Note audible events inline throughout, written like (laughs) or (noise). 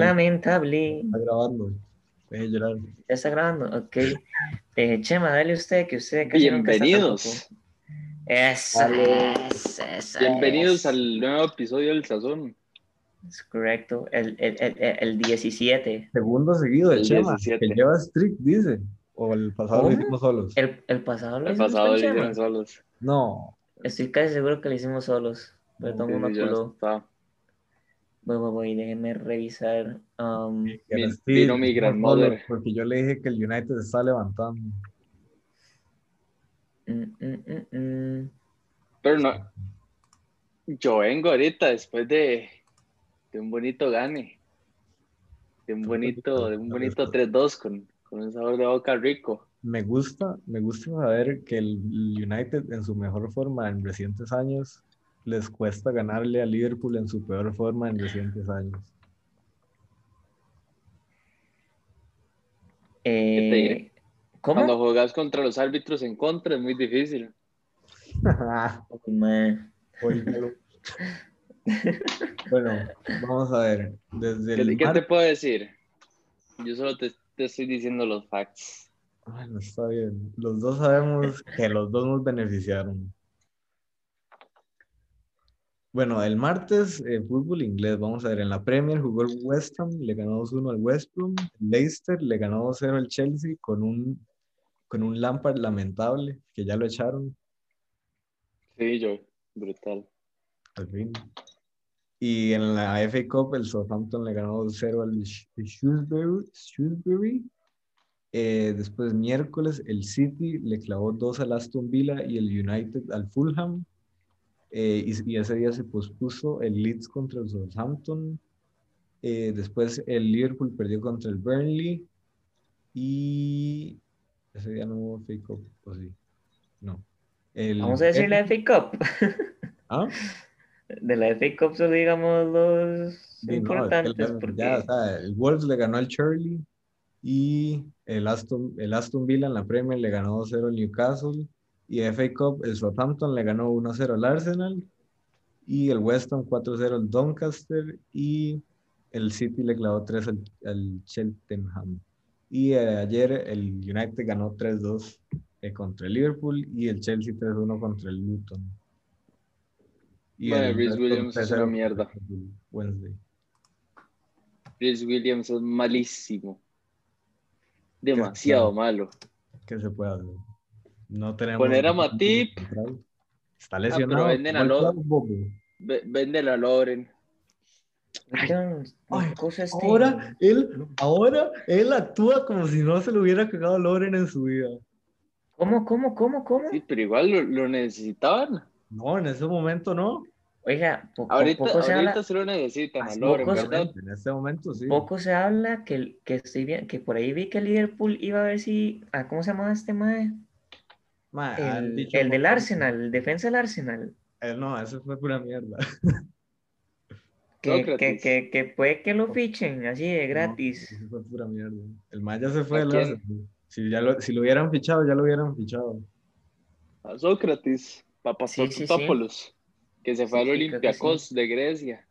Lamentable. Está grabando. Deje llorar. Ya está grabando. Ok. Eh, Chema, dale usted que usted. casi nunca está Bienvenidos. tampoco. Esa Aló. es, esa Bienvenidos es. al nuevo episodio del Sazón. Es correcto. El, el, el, el- el 17. Segundo seguido de El Chema, 17. que lleva streak, dice. Eh, O el pasado lo ¿Cómo? hicimos solos. El, el pasado lo El hicimos pasado con lo Chema. hicieron solos. No. Estoy casi seguro que lo hicimos solos. Pero todo el mundo Sí, sí, ya culó. está. Voy, voy, voy. Déjenme revisar. um, que Mi- era streak, vino mi por grandmother. solos, Porque yo le dije que el United se está levantando. mm, mm, mm, mm. Pero no. Yo vengo ahorita después de, de un bonito gane. De un bonito, de un bonito 3-2 con, con un sabor de boca rico. Me gusta, me gusta saber que el United en su mejor forma en recientes años les cuesta ganarle a Liverpool en su peor forma en recientes (laughs) años. Eh, diré? ¿Cómo? Cuando jugás contra los árbitros en contra es muy difícil. Uy, mae. Oígalo. bueno, vamos a ver. Desde ¿Qué, el qué te mar- puedo decir? Yo solo te, te estoy diciendo los facts. Bueno, está bien. Los dos sabemos que los dos nos beneficiaron. Bueno, el martes, eh, fútbol inglés. Vamos a ver, en la Premier jugó el West Ham, le ganó 2-1 al West Brom. Leicester le ganó 2-0 al Chelsea con un, con un Lampard lamentable, que ya lo echaron. Sí, yo. Brutal. Al fin. Y en la FA Cup, el Southampton le ganó 2-0 al Sh- Shrewsbury. Shrewsbury. Eh, después, miércoles, el City le clavó 2 al Aston Villa y el United al Fulham. Eh, y, y ese día se pospuso el Leeds contra el Southampton. Eh, después, el Liverpool perdió contra el Burnley. Y ese día no hubo FA Cup, ¿o sí? No. El- Vamos a decir la Mm. FA Cup. ¿Ah? (laughs) De la FA Cup solo digamos los Sí, no, es que el- importantes. porque... ya, o sea, el Wolves le ganó al Charlie y el Aston, el Aston Villa en la Premier le ganó 2-0 al Newcastle y FA Cup el Southampton le ganó 1-0 al Arsenal y el West Ham 4-0 al Doncaster y el City le clavó 3 al, al Cheltenham. Y eh, ayer el United ganó 3-2 eh, contra el Liverpool y el Chelsea 3-1 contra el Luton. Bueno, el Reece West Ham Williams es una 3-0 mierda. contra el Wednesday. Chris Williams es malísimo. Demasiado malo. ¿Qué se puede hacer? No tenemos. Poner a Matip. Ah, Está lesionado. pero venden a Igual Lo- que Bobo. Ve- Véndela a Loren. Oigan, Ay, cosa este- Ahora él, ahora él actúa como si no se lo hubiera cagado Loren en su vida. ¿Cómo, cómo, cómo, cómo? Sí, pero igual lo, lo necesitaban. No, en ese momento no. Oiga, po- po- Ahorita, poco, se ahorita habla, sí lo necesitan a Así, Loren, pocos- ¿verdad? En ese momento sí. poco se habla que, que estoy bien, que por ahí vi que el Liverpool iba a ver si. ah, ¿Cómo se llamaba este mae? Ma, Ah, han El, dicho el del un montón. Arsenal, el defensa del Arsenal. Eh, no, eso fue pura mierda. Que, que, Sócrates. que, que puede que lo fichen así de (laughs) gratis. No, eso fue pura mierda. El Maya se fue ¿A del quién? Arsenal. Si, ya lo, si lo hubieran fichado, ya lo hubieran fichado. A Sócrates, Sí, sí, sí. Papastotopoulos, que se fue Sí, sí, creo al que sí. Olympiacos de Grecia.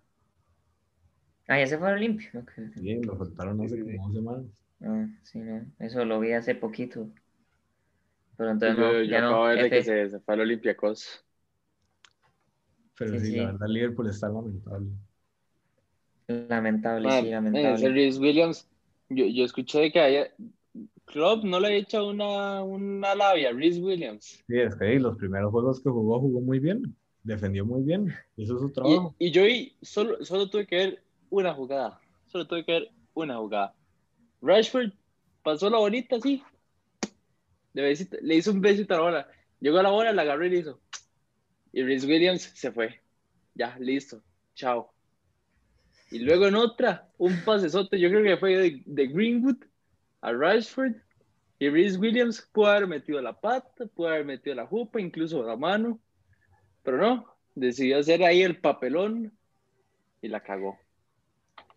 Ah, ya se fue al Olimpia. ok. Sí, lo faltaron hace Sí, sí, sí. como dos semanas. Ah, sí, no. Eso lo vi hace poquito. Pero entonces yo no, yo ya no. este, acabo de ver de F. que se, se fue al Olympiacos. Pero Sí, sí, la sí. verdad, Liverpool está lamentable. Lamentable, Ah, sí, eh, ese lamentable. Reece Williams, yo, yo escuché que haya... Klopp no le ha hecho una, una labia a Reese Williams. Sí, es que ahí los primeros juegos que jugó, jugó muy bien. Defendió muy bien. Hizo su Y, trabajo. y yo vi- solo, solo tuve que ver una jugada. Solo tuve que ver una jugada. Rashford pasó la bolita así. Le, besito- le hizo un besito a la bola. Llegó a la bola, la agarró y le hizo. Y Rhys Williams se fue. Ya, listo. Chao. Y luego en otra, un pasesote, yo creo que fue de, de Greenwood a Rashford. Y Rhys Williams pudo haber metido la pata, pudo haber metido la jupa, incluso la mano. Pero no, decidió hacer ahí el papelón y la cagó.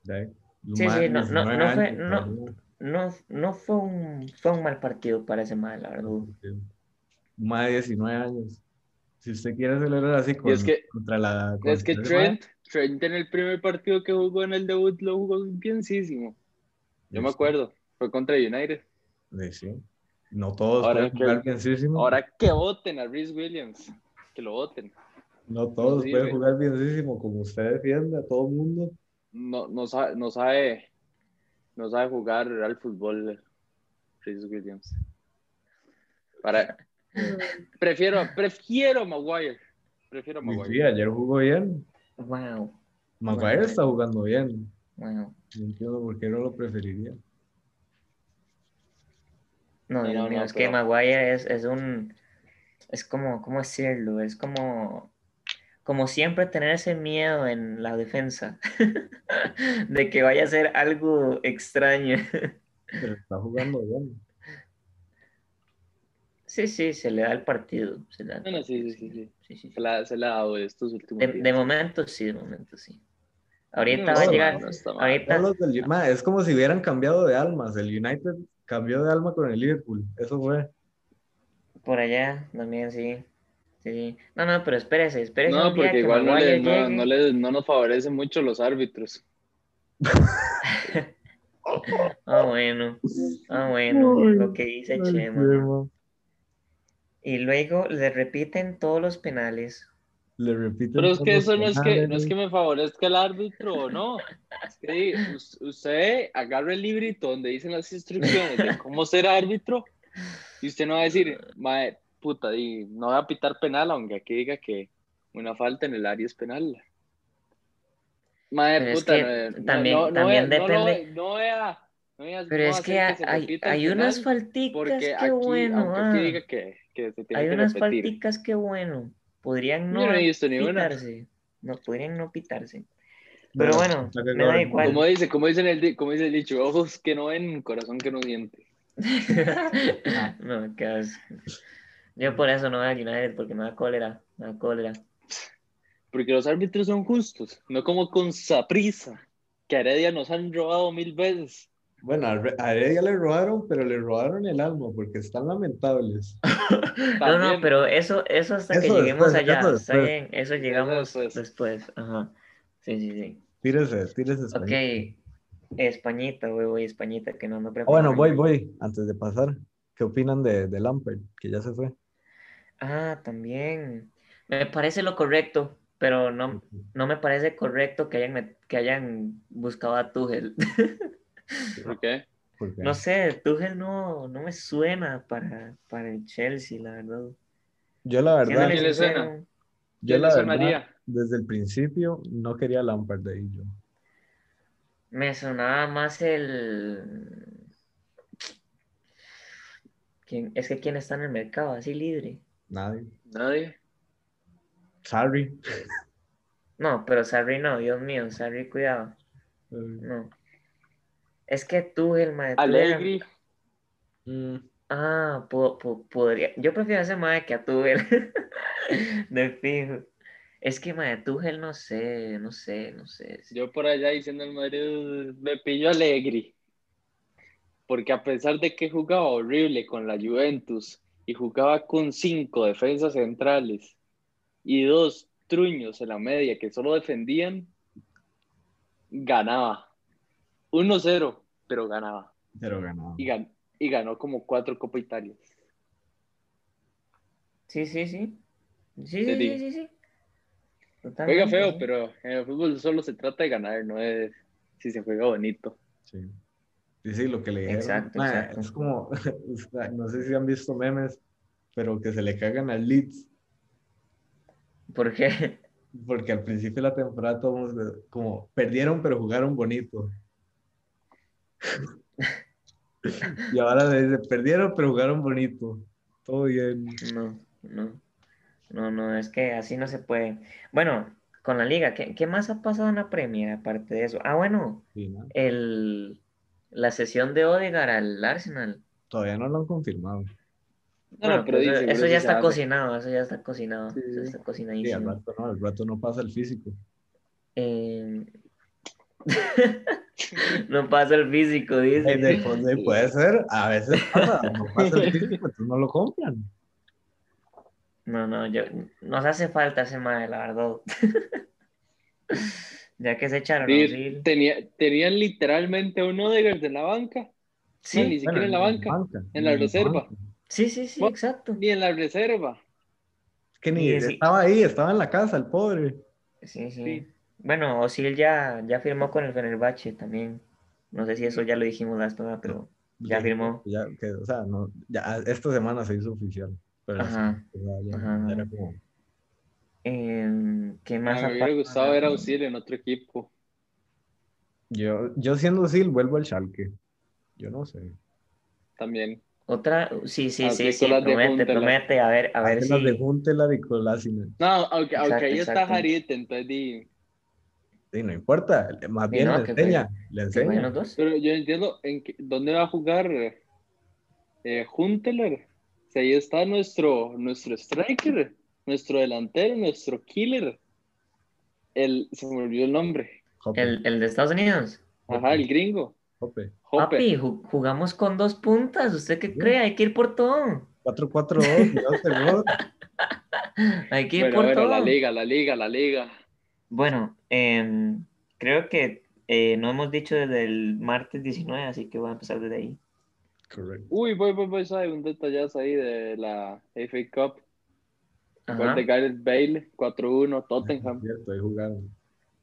Ya, eh. Sí, Más sí, no- no- no 19 fue- años, no- pero No, no fue un, fue un mal partido para ese mal, la verdad. Más de 19 años. Si usted quiere celebrar así con- es que- contra la... Es que contra- Trent, Trent en el primer partido que jugó en el debut lo jugó piensísimo. Yo me acuerdo, fue contra United. Sí, este, sí. No todos Ahora pueden que- jugar bienísimo. Ahora que voten a Rhys Williams, que lo voten. no todos sí, pueden güey. jugar bienísimo. Como usted defiende a todo el mundo. No, no, sabe, no, sabe, no sabe jugar al fútbol Rhys Williams. Para, prefiero, prefiero a Maguire. Prefiero a Y Maguire. sí, ayer jugó bien. Wow, Maguire Bueno, está jugando bien. wow. No entiendo por qué no lo preferiría. No, No, Dios no, mío, no, es que pero- Maguire es, es un. Es como, ¿cómo decirlo? Es como. Como siempre tener ese miedo en la defensa. (laughs) de que vaya a ser algo extraño. (laughs) Pero está jugando bien. sí, sí, se le da el partido. Se le da el No, no, sí, partido, sí, sí, sí. sí, sí, sí. Se la, se la ha dado estos últimos De, días. de momento sí, de momento sí. Ahorita No, va a no, llegar. no está mal. ahorita. Todos los del- Ma, es como si hubieran cambiado de almas. El United cambió de alma con el Liverpool. Eso fue. Por allá también, sí. Sí, sí. No, no, pero espérese, espérese. No, un día porque que igual no, le, Maguire no, llegue. no le- no nos favorece mucho los árbitros. Ah, bueno. Ah, bueno. Ay, pues. Lo que dice Ay, Chema. Chema. Y luego le repiten todos los penales. Le repito. Pero es que eso no es que, no es que me... me favorezca el árbitro o no. Es que us- usted agarra el librito donde dicen las instrucciones de cómo ser árbitro y usted no va a decir, mae, puta, y no va a pitar penal, aunque aquí diga que una falta en el área es penal. Mae, Pero es puta, que no- no- también- no- no también vea- no lo- depende- No vea, no vea- Pero no es hacer que se hay, repita el hay unas penal, falticas, porque qué aquí, bueno. aunque ah. aquí diga que, que se tiene Hay que unas repetir. falticas, qué bueno. Podrían Yo no no he visto ni una. pitarse. No, podrían no (laughs) pitarse. (laughs) Pero bueno, está que me da ahora- igual. Como dice, como dice, en el, di- como dice el dicho, ojos que no ven, corazón que no siente. no, qué asco. Yo por eso no voy a United, porque me da cólera. Me da cólera. Porque los árbitros son justos, no como con Saprisa, que a Heredia nos han robado mil veces. Bueno, a Re- a Heredia le robaron, pero le robaron el alma porque están lamentables. No, no, También. pero eso, eso hasta que Eso lleguemos después, allá. eso Está después. bien, eso llegamos después. después. Ajá. Sí, sí, sí. Tírese, tírese. Ok. España. Españita, voy, voy, Españita, que no me Ah, bueno, preparo. voy, voy. Antes de pasar, ¿qué opinan de, de Lampard? Que ya se fue. Ah, también. Me parece lo correcto, pero no, no me parece correcto que hayan, met- que hayan buscado a Tuchel. (laughs) ¿Por qué? Porque No sé, Tuchel no, no me suena para, para el Chelsea, la verdad. Yo la verdad, Siéndole ¿Quién le suena? sincero, yo la le verdad, sonaría? desde el principio no quería a Lampard de ahí yo. me sonaba más el... ¿Quién- Es que quién está en el mercado, así libre. Nadie. Nadie. Sorry. No, pero Sarri no, Dios mío, Sarri, cuidado. No. Es que Tuchel, mae, Tuchel- Alegri. Ah, po- po- podría. Yo prefiero a ese mae que a Tuchel. (laughs) De fijo. Es que mae, Tuchel no sé, no sé, no sé. Yo por allá diciendo al Madrid, me pillo Alegri. Porque a pesar de que jugaba horrible con la Juventus y jugaba con cinco defensas centrales y dos truños en la media que solo defendían, ganaba. 1-0, pero ganaba. Pero ganaba. Y, gan- y ganó como cuatro Copa Italia. Sí, sí, sí. Sí, Te sí, digo. sí, sí, sí. Juega Totalmente, feo, sí. pero en el fútbol solo se trata de ganar, no es si se juega bonito. Sí. Sí, sí, lo que le dijeron. Exacto, Ma, exacto. Es como, (laughs) o sea, no sé si han visto memes, pero que se le cagan al Leeds. ¿Por qué? (laughs) Porque al principio de la temporada todos como perdieron pero jugaron (laughs) bonito. y ahora le dice, perdieron pero jugaron bonito. Todo bien. No, no. No, no, es que así no se puede. Bueno, con la liga, ¿qué, qué más ha pasado en la Premier aparte de eso? Ah, bueno, Sí, ¿no? el, la sesión de Odegaard al Arsenal. Todavía no lo han confirmado. No, Bueno, no, pero eso, dice, "Ah, pues, eso seguro sí ya se está hace. cocinado, eso ya está cocinado, Sí, eso sí. está Sí, al cocinadísimo. rato no, al rato no pasa el físico. Eh, (laughs) no pasa el físico, dice. Ay, de- pues, de- puede ser, a veces pasa, no pasa el físico, entonces no lo compran. No, no, yo, nos hace falta ese mae, la verdad. (laughs) ya que se echaron. Sí, a Ozil. tenía, tenían literalmente a un Odegaard en la banca, Sí, ni siquiera en la banca, en la reserva. sí, sí, sí, Bueno, exacto. ni en la reserva. Es que ni Sí, sí. estaba ahí, estaba en la casa, el pobre. Sí, sí. Sí. Bueno, Osil ya, ya firmó con el Fenerbahce también. No sé si eso ya lo dijimos la vez pasada, pero Ya firmó. Ya, que, o sea, no, ya, esta semana se hizo oficial. Pero Ajá. sí, ya- ya Ajá. era como, Eh, ¿qué más? Ah, me hubiera aparte? gustado ver a Ozil en otro equipo. yo, yo siendo Sil, vuelvo al Schalke. Yo no sé. también. Otra, sí, sí, sí, Así sí, con las de promete, Huntelaar. promete, a ver, a ver Hacen si... las de Huntelaar y Kolasinac. No, aunque, Exacto, aunque ahí está exacto. Jarite, entonces di- Sí, no importa, le- más Sí, bien no, le que enseña, le ¿Que vayan enseña. los dos? Pero yo entiendo en qué- dónde va a jugar eh, Huntelaar. Si ahí está nuestro, nuestro striker, nuestro delantero, nuestro killer. El, se me olvidó el nombre. Jope, ¿El, el de Estados Unidos? Ajá, el gringo. jope. Hoppe. Papi, ju- jugamos con dos puntas, ¿usted qué Sí. cree? Hay que ir por todo. 4-4-2, cuidado, (laughs) terror. Hay que ir Bueno, por bueno, todo. la liga, la liga, la liga. Bueno, em, creo que eh, no hemos dicho desde el martes 19, así que voy a empezar desde ahí. Correcto. Uy, voy, voy, voy, sabe, un detallazo ahí de la FA Cup. Ajá. Gol de Gareth Bale, 4-1, (laughs) Tottenham. Cierto, ahí jugaron.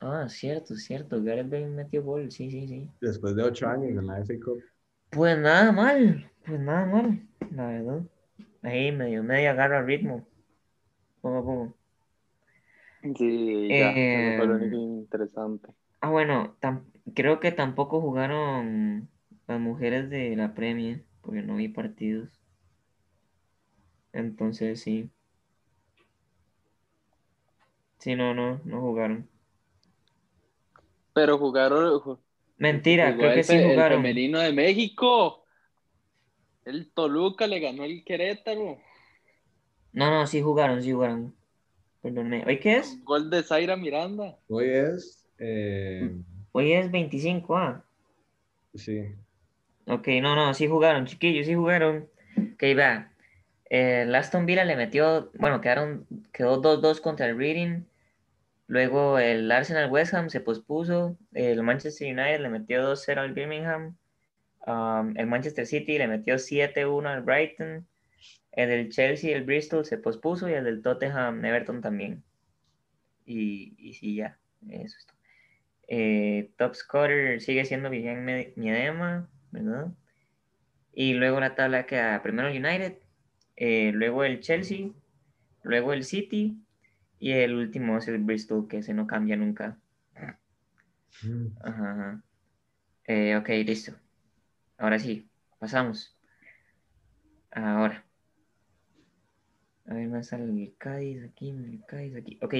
Ah, cierto, cierto. Gareth Bale metió gol, sí, sí, sí. Después de 8 años en la FA Cup. Pues nada mal, pues nada mal, la verdad. Ahí medio, medio agarra ritmo. Poco a poco. Sí, ya, eso fue lo Em, único interesante. Ah, bueno, tam- creo que tampoco jugaron las mujeres de la Premier, porque no vi partidos. Entonces sí. Sí, no, no, no jugaron. Pero jugaron, ju- Mentira, jugó creo el que sí fe- el jugaron. femenino de México. El Toluca le ganó el Querétaro. No, no, sí jugaron, sí jugaron. Perdónme. ¿Hoy qué es? Gol de Zaira Miranda. Hoy es. eh, Hoy es 25, ah. sí. Ok, no, no, sí jugaron, chiquillos, sí jugaron. Ok, vea. Eh, el Aston Villa le metió, bueno, quedaron, quedó 2-2 contra el Reading. Luego el Arsenal West Ham se pospuso. El Manchester United le metió 2-0 al Birmingham. Um, el Manchester City le metió 7-1 al Brighton. El del Chelsea y el Bristol se pospuso y el del Tottenham Everton también. Y, y sí, ya, eso es todo. Eh, top scorer sigue siendo Vivian Med- Miedema, ¿verdad? Y luego la tabla queda primero el United, eh, luego el Chelsea, luego el City y el último es el Bristol, que ese no cambia nunca. Ajá, ajá. Eh, ok, listo. Ahora sí, pasamos. Ahora. A ver, más sale el Cádiz aquí, el Cádiz aquí. Ok.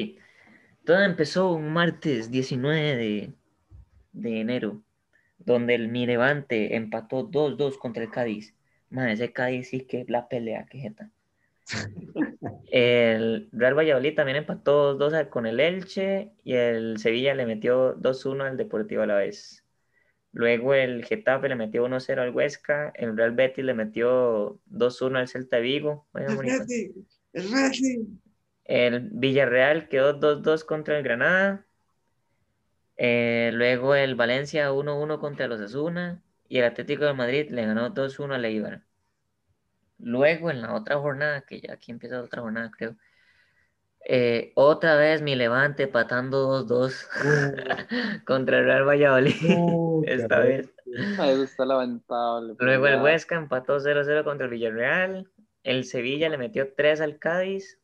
Todo empezó un martes 19 de, de enero, donde el Mi Levante empató 2-2 contra el Cádiz. Madre, ese Cádiz sí que la pelea, que jeta. El Real Valladolid también empató 2-2 con el Elche y el Sevilla le metió 2-1 al Deportivo a la vez. Luego el Getafe le metió 1-0 al Huesca, el Real Betis le metió 2-1 al Celta de Vigo. Vaya bonito. ¡Es Racing! El Villarreal quedó 2-2 contra el Granada. Eh, luego el Valencia 1-1 contra los Asuna. Y el Atlético de Madrid le ganó 2-1 al Eibar. Luego en la otra jornada, que ya aquí empieza otra jornada, creo. eh, otra vez mi Levante patando 2-2 (laughs) contra el Real Valladolid. Oh, Uh, (laughs) Esta vez. Ah, Eso está lamentable. pero Luego ya. el Huesca empató 0-0 contra el Villarreal. El Sevilla le metió 3 al Cádiz.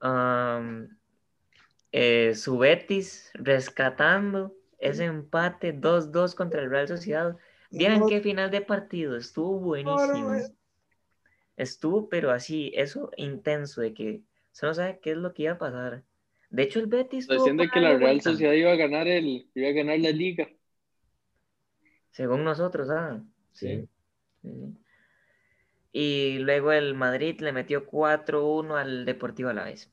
Am, eh, su Betis rescatando ese empate 2-2 contra el Real Sociedad. Vieran qué final de partido, estuvo buenísimo. Estuvo, pero así, eso intenso de que se no sabe qué es lo que iba a pasar. De hecho, el Betis. tuvo Diciendo para que la darle Real vuelta, Sociedad iba a ganar el, iba a ganar la liga. Según nosotros, ¿ah? Sí. Sí, sí. Y luego el Madrid le metió 4-1 al Deportivo Alavés.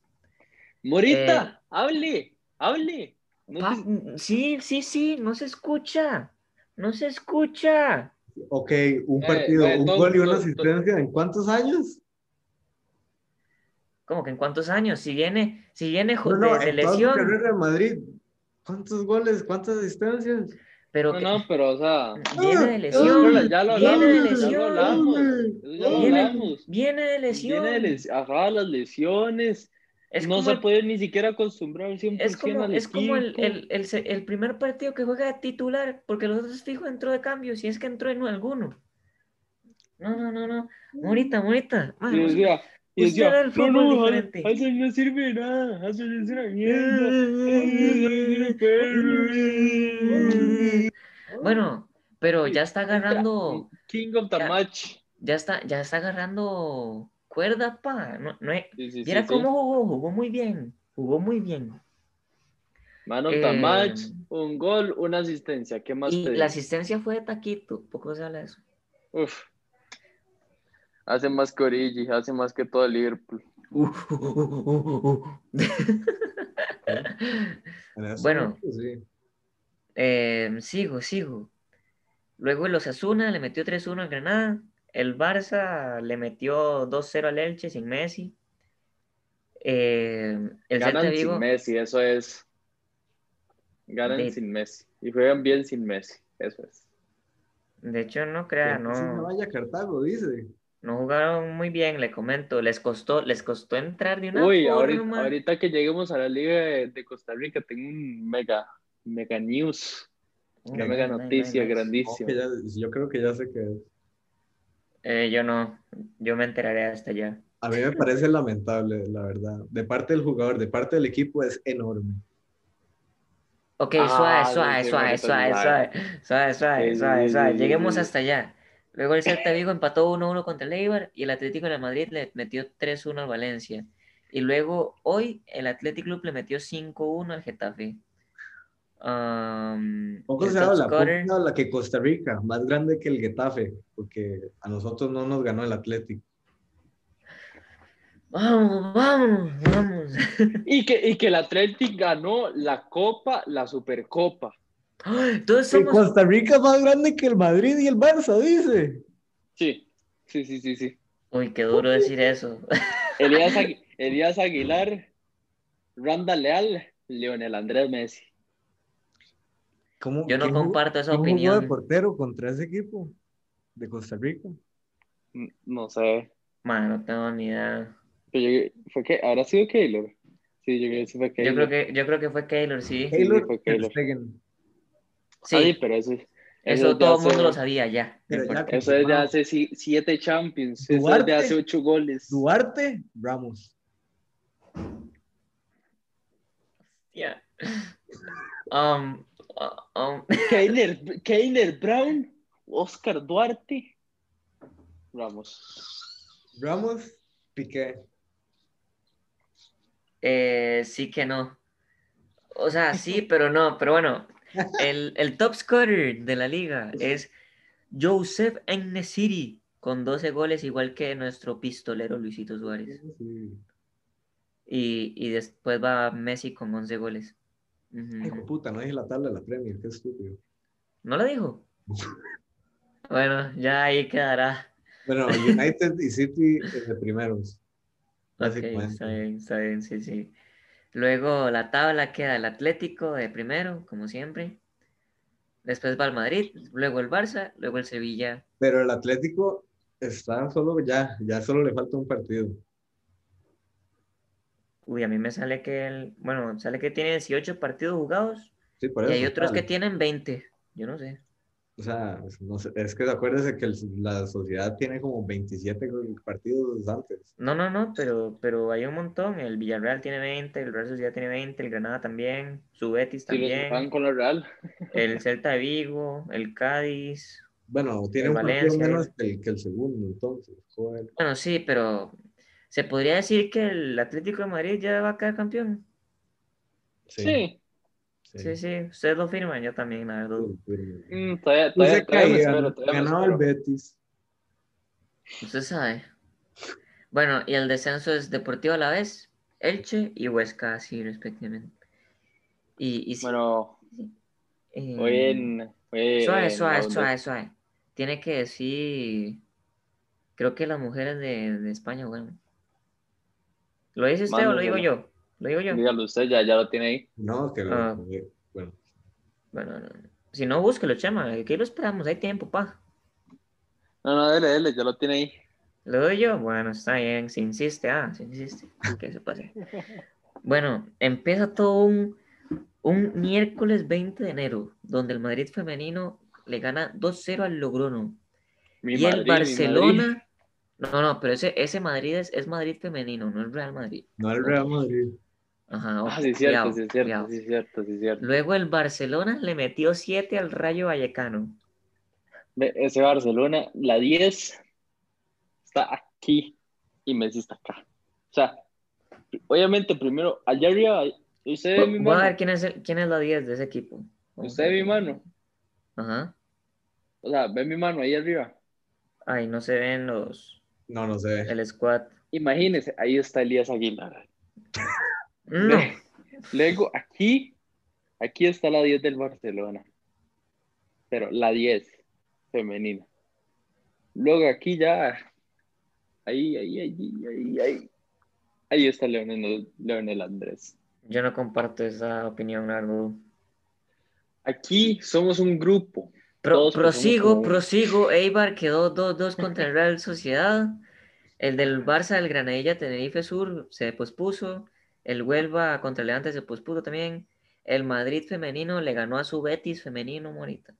Morita, Eh. hable, hable. No Pa- mm, te- sí, sí, sí, no se escucha. No se escucha. Ok, un Eh, partido, eh, un todo- gol y una todo- asistencia. ¿En cuántos años? ¿Cómo que en cuántos años? Si viene, si viene No, jo- no, de, de en toda su lesión, carrera en Madrid. ¿Cuántos goles? ¿Cuántas Ah, distancias? pero No, que- no, Ah, pero, o sea, viene de Carla, lesión, ya lo viene de hablamos, ya lo lesión, hablamos. eso ya lo Viene- hablamos. viene de lesión. Viene de les- ajá, las lesiones. Es no como se el- puede ni siquiera acostumbrar 100% Es como, al es como el, equipo. el- el se- el primer partido que juega de titular, porque los otros fijo entró de cambio, si es que entró en alguno. No, no, no, no. Morita, morita. Y decía, y ah, Usted decía, ve el no, fútbol no, diferente". Hazel- Hazel no sirve de nada, Hazel es una mierda. Bueno, Ah, pero ya está agarrando, King of the Ya. match. ya está, ya está agarrando cuerda, pa. No, no es- Sí, sí, sí, Mira sí. cómo jugó, jugó muy bien, jugó muy bien. Man of the eh, match, un gol, una asistencia. ¿Qué más Y pedís? la asistencia fue de taquito, poco se habla de eso. Uf. Hace más que Origi, hace más que todo Liverpool. (laughs) (laughs) En ese Bueno. momento, sí. Eh, sigo, sigo. Luego el Osasuna le metió 3-1 al Granada. El Barça le metió 2-0 al Elche sin Messi. Eh, el Celta Ganan Vigo, sin Messi, eso es. Ganan De- sin Messi. Y juegan bien sin Messi, eso es. de hecho, no crea, Que sí se no, vaya a Cartago, dice. no jugaron muy bien, le comento. Les costó, les costó entrar de una Uy, forma. ahorita, ahorita que lleguemos a la Liga de, de Costa Rica, tengo un mega, mega news, Uy, una no, mega no, no, noticia no. grandísima. Ok, ya- yo creo que ya sé que es. Eh, yo no, yo me enteraré hasta allá. A mí me parece lamentable, la verdad. De parte del jugador, de parte del equipo es enorme. Ok, Ah, suave, suave, sí, sí, suave, ahorita suave, suave. suave, suave, Sí, suave, sí, suave, sí, suave. sí, Lleguemos sí. hasta allá. Luego el Celta Vigo empató 1-1 contra el Eibar y el Atlético de Madrid le metió 3-1 al Valencia. Y luego hoy el Athletic Club le metió 5-1 al Getafe. Am, Poco el se top habla, poco scorer- se habla que Costa Rica, más grande que el Getafe, porque a nosotros no nos ganó el Atlético. Vamos, vamos, vamos. Y que, y que el Atlético ganó la Copa, la Supercopa. Todos Que somos, Costa Rica es más grande que el Madrid y el Barça, dice. Sí, sí, sí, sí, sí. Uy, qué duro decir eso. Elías, Agui- Elías Aguilar, Randa Leal, Leonel Andrés Messi. ¿Cómo- Yo no quién jugó- comparto esa quién jugó de opinión. portero contra ese equipo de Costa Rica? N- No sé. Mano, no tengo ni idea. Pero Pues yo- ¿Fue que? ¿Habrá sido Keylor? Sí, yo creo que sí fue Yo Keylor. creo que, yo creo que fue Keylor, sí. Sí, Keylor fue Ter Keylor. Stegen. Sí. Ah, sí, pero eso, Eso, ya todo el mundo se- lo sabía ya. Pero Por- ya- Eso es de hace si- siete Champions. Eso es Duarte. de hace ocho goles. Duarte, Ramos. ya. (laughs) Um, uh, um, Keylor, Keylor Brown, Oscar Duarte. Ramos. Ramos, Piqué. eh, sí que no. O sea, sí, pero no. Pero bueno, el, el top scorer de la liga es Joseph City con 12 goles, igual que nuestro pistolero Luisito Suárez. Sí. Y, y después va Messi con 11 goles. Ujú. Hijo de puta, no dije la tabla de la Premier, qué estúpido. ¿No lo dijo? Bueno, ya ahí quedará. Bueno, United y City eh, de primeros. Ok, básicamente. está bien, está bien, sí, sí. Luego la tabla queda el Atlético de primero, como siempre. Después va el Madrid, luego el Barça, luego el Sevilla. Pero el Atlético está solo ya, ya solo le falta un partido. Uy, a mí me sale que el, bueno, sale que tiene 18 partidos jugados Sí, por y eso. hay otros tal. que tienen 20. Yo no sé. O sea, no sé, es que acuérdese que el- la sociedad tiene como 27 partidos antes. No, no, no, pero, pero hay un montón. El Villarreal tiene 20, el Real Sociedad tiene 20, el Granada también, su Betis Si los también, juegan con la Real. el Celta de Vigo, el Cádiz. Bueno, tiene El un partido Valencia, menos que el, que el segundo, entonces. Joder. Bueno, sí, pero se podría decir que el Atlético de Madrid ya va a quedar campeón. Sí. sí. Sí, sí, ustedes lo firman, yo también, la verdad. Mm, todavía, No se todavía, todavía me caía, espero, todavía me ganaba el espero. Betis. Usted sabe. Bueno, y el descenso es Deportivo a la vez, Elche y Huesca, sí, respectivamente. Y, y sí, Bueno, Mm. eh, hoy en... hoy suave, en la suave, Bundes- suave, suave. Tiene que decir, creo que las mujeres de, de España, bueno. ¿Lo dice usted Mano, o lo digo no. yo? ¿Lo digo yo? Dígalo usted, ya, ya lo tiene ahí. No, que lo- Ah. bueno. Bueno, no. si no, búsquelo, chama. Aquí lo esperamos, hay tiempo, pa. No, no, dele, dele, ya lo tiene ahí. ¿Lo doy yo? Bueno, está bien, si insiste, ah, si insiste, que se pase. Bueno, empieza todo un, un miércoles 20 de enero, donde el Madrid femenino le gana 2-0 al Logroño. Mi Y Madrid, el mi Madrid. Barcelona... No, no, pero ese, ese Madrid es, es Madrid femenino, no el Real Madrid. No al Real Madrid. Ajá, Ah, ojo, sí, es cierto, cuidado, sí, es cuidado. cierto, sí, es cierto, sí, es cierto. Luego el Barcelona le metió 7 al Rayo Vallecano. Ve, Ese Barcelona, la 10, está aquí y Messi está acá. O sea, obviamente, primero, allá arriba, usted ve mi Voy a ver mano. quién es, el- quién es la 10 de ese equipo. Vamos Usted a ve ver. mi mano. Ajá. O sea, ve mi mano ahí arriba. Ay, no se ven los No, no se ve. el squad. Imagínese, ahí está Elías Aguilar. No. Luego, aquí, aquí está la 10 del Barcelona. Pero la 10, femenina. Luego aquí ya, ahí, ahí, ahí, ahí, ahí. Ahí está Leonel, Leonel Andrés. (laughs) Yo no comparto esa opinión, Largo. Aquí somos un grupo. Pro- Todos pensamos prosigo, como uno. prosigo. Eibar quedó 2-2 contra el Real Sociedad. El del Barça del Granadilla Tenerife Sur se pospuso. El Huelva contra el Levante se pospuso también. El Madrid femenino le ganó a su Betis femenino, Morita.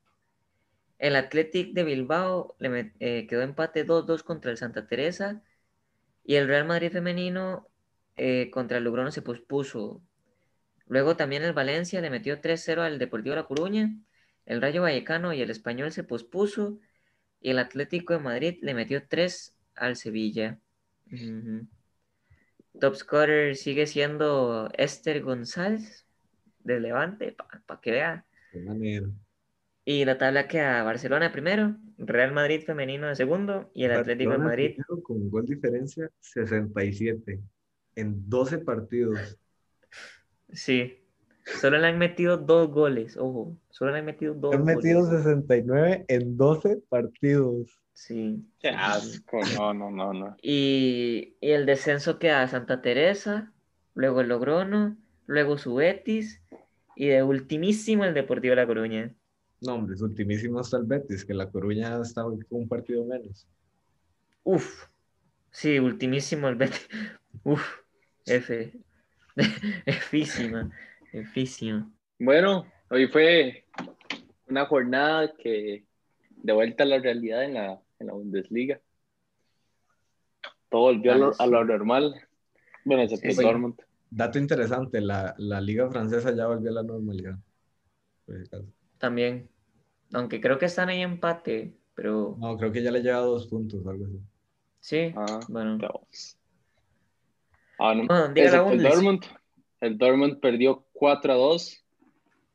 El Athletic de Bilbao le met- eh, quedó empate 2-2 contra el Santa Teresa. Y el Real Madrid femenino eh, contra el Logroño se pospuso. Luego también el Valencia le metió 3-0 al Deportivo La Coruña. El Rayo Vallecano y el Español se pospuso. Y el Atlético de Madrid le metió 3 al Sevilla. Ujú. Top scorer sigue siendo Esther González de Levante, para que vea. Qué manera. Y la tabla queda Barcelona primero, Real Madrid femenino de segundo y el Atlético de Barcelona Madrid. primero Con gol diferencia 67 en 12 partidos. Sí. Solo le han metido dos goles, ojo. Solo le han metido dos Han goles. metido 69 en 12 partidos. Sí. Qué sí, sí, sí. asco, no, no, no, no. Y, y el descenso queda Santa Teresa, luego el Logroño, luego su Betis y de ultimísimo el Deportivo La Coruña. No, hombre, es ultimísimo hasta el Betis, que la Coruña está con un partido menos. Uf, sí, ultimísimo el Betis. (laughs) Uf, F. (laughs) Efísima, efísima. Bueno, hoy fue una jornada que de vuelta a la realidad en la, en la Bundesliga. Todo volvió a, Ah, lo, sí. a lo normal. Bueno, excepto Sí, sí. Dortmund. Dato interesante, la, la liga francesa ya volvió a la normalidad. Pues, Por si acaso. También. Aunque creo que están ahí empate, pero No, creo que ya le lleva dos puntos o algo así. sí, Ah, bueno. cabos. Ah, no, Bueno, diga la excepto el Bundes. Dortmund. El Dortmund perdió 4 a 2,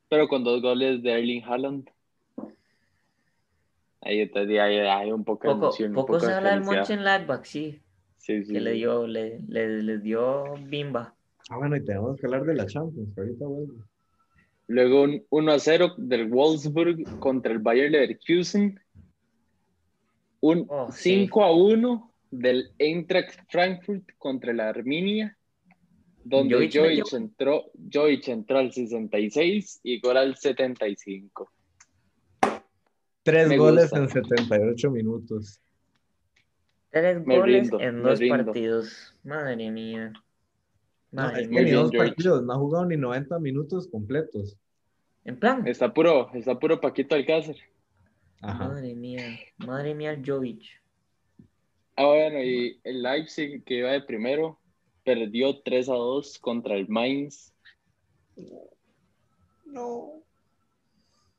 pero con dos goles de Erling Haaland. Ahí está, ahí ahí hay un poco de Poco, emoción, un poco poco se de habla del felicidad. Mönchengladbach, sí, Sí, sí, que le sí. dio, le, le- les dio bimba. Ah, bueno, y tenemos que hablar de la Champions, que ahorita vuelve. Luego un 1 a 0 del Wolfsburg contra el Bayern Leverkusen. Un Oh, sí. 5 a 1 del Eintracht Frankfurt contra la Arminia. Donde Jovic Jovic, metió- entró, Jovic entró al 66 y gol al 75. Tres Me goles gusta. en 78 minutos. Tres Me goles rindo, en me dos rindo. partidos. Madre mía. No, Madre es que mía. muy ni bien, dos George. partidos, no ha jugado ni 90 minutos completos. En plan. Está puro, está puro Paquito Alcácer. Ajá. Madre mía. Madre mía, el Jovic. Ah, bueno, y el Leipzig que iba de primero perdió 3 a 2 contra el Mainz. No.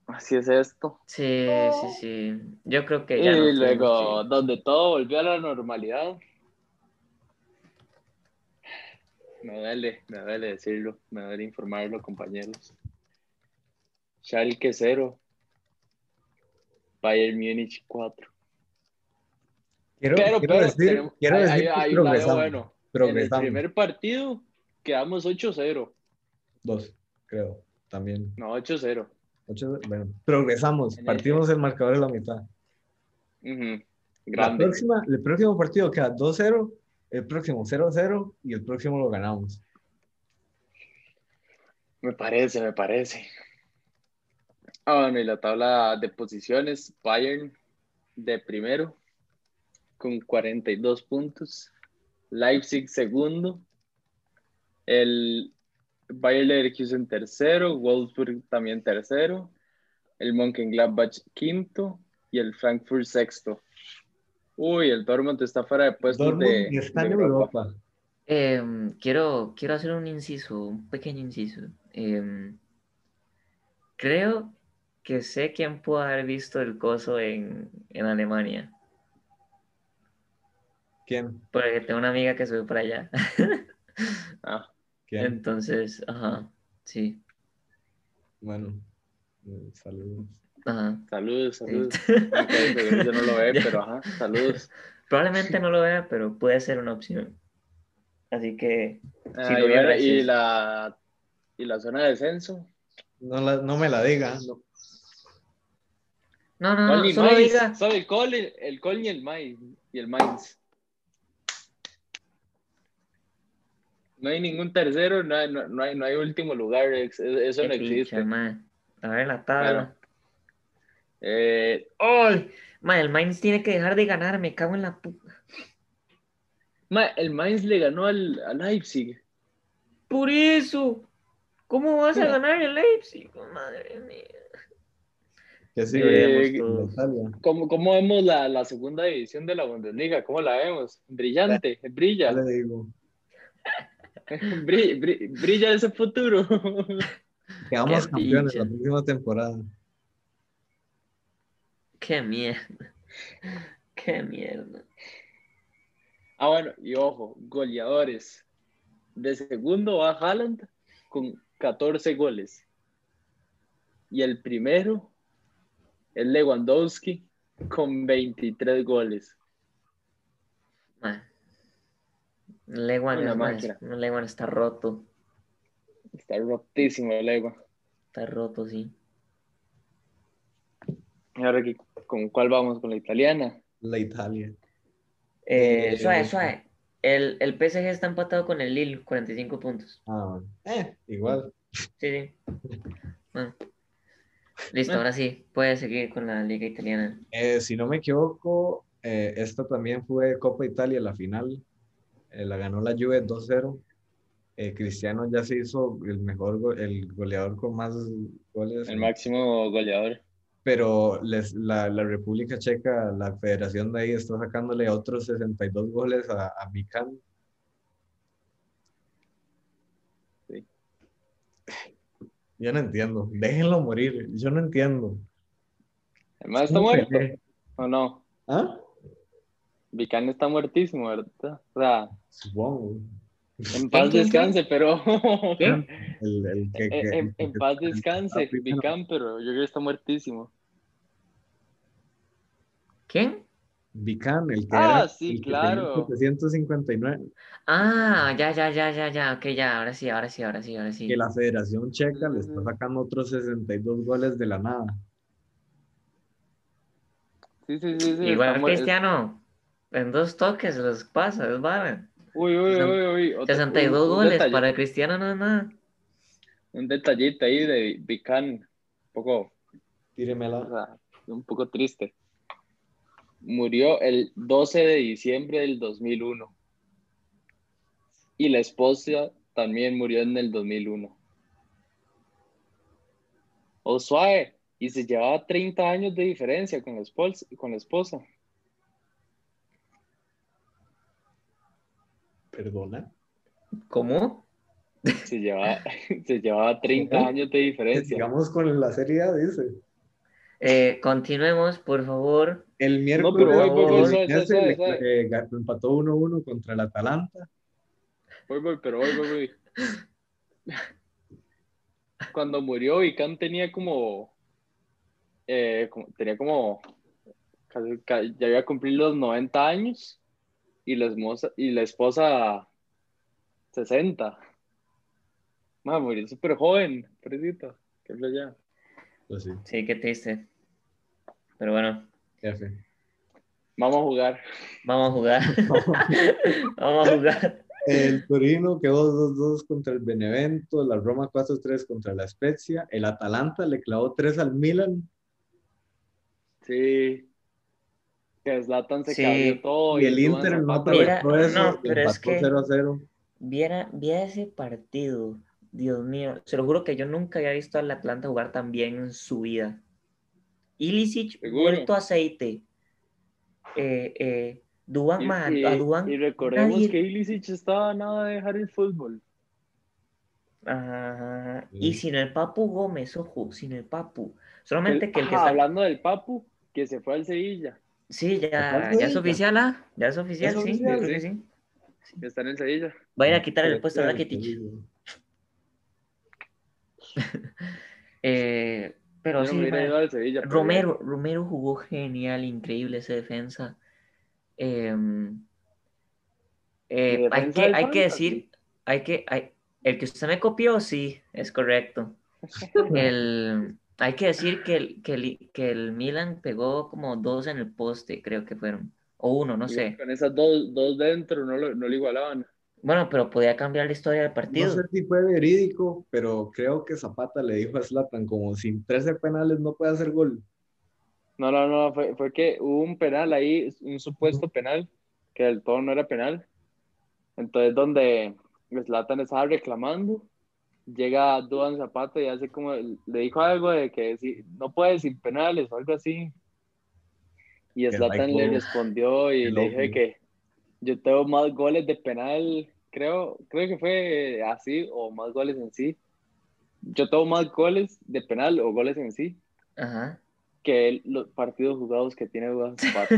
Así es esto. Sí, sí, sí. Yo creo que Y ya. no luego, podemos, donde todo volvió a la normalidad. Me duele, me duele decirlo, me duele informarlo, compañeros. Schalke 0, Bayern Múnich 4. Quiero, Pero, quiero pero, decir, tenemos- quiero hay- decir hay- que hay un lado progresamos. bueno. En el progresamos. primer partido quedamos 8-0. Dos, creo, también. No, 8-0. Ocho, bueno, progresamos, En el- partimos el marcador de la mitad. Ujú. La Grande. próxima, el próximo partido queda 2-0 el próximo 0-0 y el próximo lo ganamos. Me parece, me parece. Ah, bueno, y la tabla de posiciones, Bayern de primero con 42 puntos, Leipzig segundo, el Bayer Leverkusen tercero, Wolfsburg también tercero, el Mönchengladbach quinto y el Frankfurt sexto. Uy, el Dortmund está fuera de puestos de, y está de en Europa. Europa. Em, quiero, quiero hacer un inciso, un pequeño inciso. Em, creo que sé quién pudo haber visto el coso en, en Alemania, ¿Quién? porque tengo una amiga que subió para allá. Ah, (laughs) ¿Quién? Entonces, ajá, sí, Bueno, eh, saludos. ajá. saludos, Sí. saludos. Ok, seguro yo no lo ve, pero ajá, saludos. Probablemente no lo vea, pero puede ser una opción. Así que, Ah, Sí, lo y, vi, bueno, gracias. y la, y la zona de descenso. No, la- no me la diga. no. no, no, no, Colin y Ah, solo Mainz. diga, Solo el Col, el, el Col y el Mainz. Y el Mainz. No hay ningún tercero, no hay, no, no hay, no hay último lugar, ex- e, eso no Qué picha, existe. mae. A ver la tabla. Eh, ¡Ay! Mae, el Mainz tiene que dejar de ganar, me cago en la puta. ma, el Mainz le ganó al, al Leipzig. Por eso, ¿cómo vas a Mira. ganar el Leipzig? Madre mía. Que sí, Eh, Deberíamos en todos. Italia. ¿Cómo, cómo vemos la, la segunda división de la Bundesliga? ¿Cómo la vemos? Brillante, Ya brilla, le digo. bri- bri- (laughs) brilla ese futuro. (laughs) Quedamos Qué campeones picha. la próxima temporada. Qué mierda. (laughs) Qué mierda. Ah, bueno, y ojo, goleadores. De segundo va Haaland con 14 goles. Y el primero es Lewandowski con 23 goles. Mae. Lewan, Una es- máquina. Lewan está roto. Está rotísimo el Lewa. Está roto, sí. Y ahora, que- ¿con cuál vamos? ¿Con la italiana? La Italia. Eh, Eh, suave, suave. El, el PSG está empatado con el Lille, 45 puntos. Ah, bueno. Eh, igual. Sí, sí. Bueno. Listo, Bueno. ahora sí, puedes seguir con la liga italiana. Eh, si no me equivoco, eh, esta también fue Copa Italia, la final. Eh, la ganó la Juve 2-0. Eh, Cristiano ya se hizo el mejor, go- el goleador con más goles. El máximo goleador. Pero les- la, la República Checa, la federación de ahí, está sacándole otros 62 goles a, a Mikan. Sí. Yo no entiendo. Déjenlo morir. Yo no entiendo. Además Ah, está muerto. ¿O no? ¿Ah? Vicán está muertísimo, ¿verdad? O sea, Supongo. en paz quién, quién? descanse, pero... (laughs) ¿Qué? El, el que, que- E, En, en- en paz descanse, Ah, primero. Vicán, pero yo creo que está muertísimo. ¿Quién? Bicam, el que Ah, era sí, el que claro. tenía 759, Ah, ya, ya, ya, ya, ya. Ok, ya, ahora sí, ahora sí, ahora sí, ahora sí. que la Federación Checa le está Ujú. sacando otros 62 goles de la nada. Sí, sí, sí, sí. está Igual muer- Cristiano, en dos toques los pasa, es vara. Uy, uy, Sesenta- uy, uy. otro- 62 un- un goles detalle- para Cristiano no es nada. Un detallito ahí de Vicán, un poco, o Tíremela. sea, un poco triste. Murió el 12 de diciembre del 2001. Y la esposa también murió en el 2001. O suave, y se llevaba 30 años de diferencia con la esposa. Con la esposa. Perdona. ¿Cómo? Se, llevaba, (laughs) se llevaba 30 Ujú. años de diferencia. Sigamos con la serie A, dice. Eh, continuemos, por favor. El miércoles pero voy, voy, voy, suave, ya se suave, le- suave. eh, gan- empató 1-1 contra el Atalanta. Voy, voy, pero voy, voy, voy. Cuando murió Vicán tenía como, eh, como- tenía como casi- ca- ya iba a cumplir los 90 años y la esposa, y la esposa 60. Mamá, murió súper joven, pobrecito. Qué ya. Pues sí, Sí, qué triste. Pero bueno, F. Vamos a jugar. Vamos a jugar. (laughs) Vamos a jugar. El Torino quedó 2-2 contra el Benevento, la Roma 4-3 contra la Spezia, el Atalanta le clavó 3 al Milan Sí. Que Zlatan se Sí. cambió todo. y el estuvo Inter en no zapatos. Mira, aprovechó eso, no, y pero es empató que- 0 a 0. Viera, viera ese partido. Dios mío, se lo juro que yo nunca había visto al Atlanta jugar tan bien en su vida. Ilicic, Seguro. vuelto aceite. Eh, eh, Duván, Y- man, y, a Duván. y recordemos nadie- que Ilicic estaba a nada de dejar el fútbol. Ajá, ajá, ajá. Sí. Mm. Y sin el Papu Gómez, ojo, sin el Papu. Solamente que el que Ajá, está. Hablando del Papu, que se fue al Sevilla. Sí, Ajá, ya, sí, ya es ya. oficial, ¿ah? Ya es oficial, Es sí, oficial, yo creo que sí. que Está en el Sevilla. Va a ir a quitar el puesto a de Rakitic. Eh, pero Yo no sí, me hubiera mae. ido al Sevilla. pero- Romero, Romero jugó genial, increíble esa defensa. Eh, eh, ¿Y defensa hay, que, del hay que Fantasy? decir, hay que, hay- el que usted me copió, sí, es correcto. El, hay que decir que el, que, el, que el Milan pegó como dos en el poste, creo que fueron, o uno, no Y sé. Con esas dos, dos dentro no lo, no lo igualaban. Bueno, pero podía cambiar la historia del No partido. sé si fue verídico, pero creo que Zapata le dijo a Zlatan como sin 13 penales no puede hacer gol. No, no, no, fue, fue que hubo un penal ahí, un supuesto penal, que del todo no era penal. Entonces, donde Zlatan estaba reclamando, llega Duan Zapata y hace como, le dijo algo de que si, no puede sin penales o algo así. Y Que Zlatan le Michael- respondió y el le dijo de hombre. que yo tengo más goles de penal, creo, creo que fue así, o más goles en sí. Yo tengo más goles de penal o goles en sí Ajá. (laughs) que él, los partidos jugados que tiene Duván (laughs) Zapata.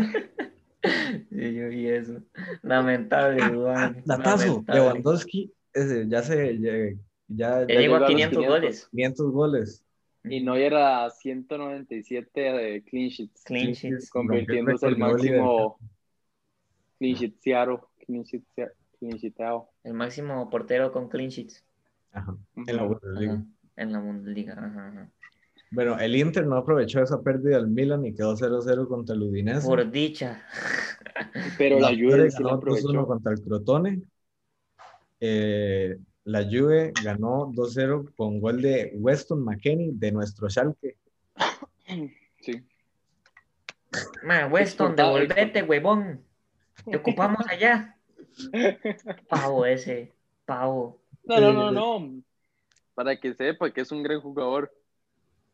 Sí, yo vi eso. (laughs) Lamentable, Duván, Datazo, lamentable. Lewandowski ese, ya se ya, ya- Ya llegó ya llegó a a los 500 goles. 500 goles. y Noyer a 197 de clean sheets, Clean Sí, sí, sheets. convirtiéndose el Rompió récord de Ah. máximo clean sheetsearo, clean sheetsea- clean sheeteado. El máximo portero con clean sheets Ajá, Ujú. en la Bundesliga. ajá, en la Bundesliga. ajá, ajá. Bueno, el Inter no aprovechó esa pérdida al Milan y quedó 0-0 contra el Udinese. Por dicha. Pero la Juve Juve sí la ganó 2-1 aprovechó. contra el Crotone. Eh, la Juve ganó 2-0 con gol de Weston McKennie de nuestro Schalke. Sí. Ma, Weston, Exportado, devolvete, huevón. Te (laughs) ocupamos allá. Pavo ese, pavo. No, no, no, no. Para que sepa que es un gran jugador.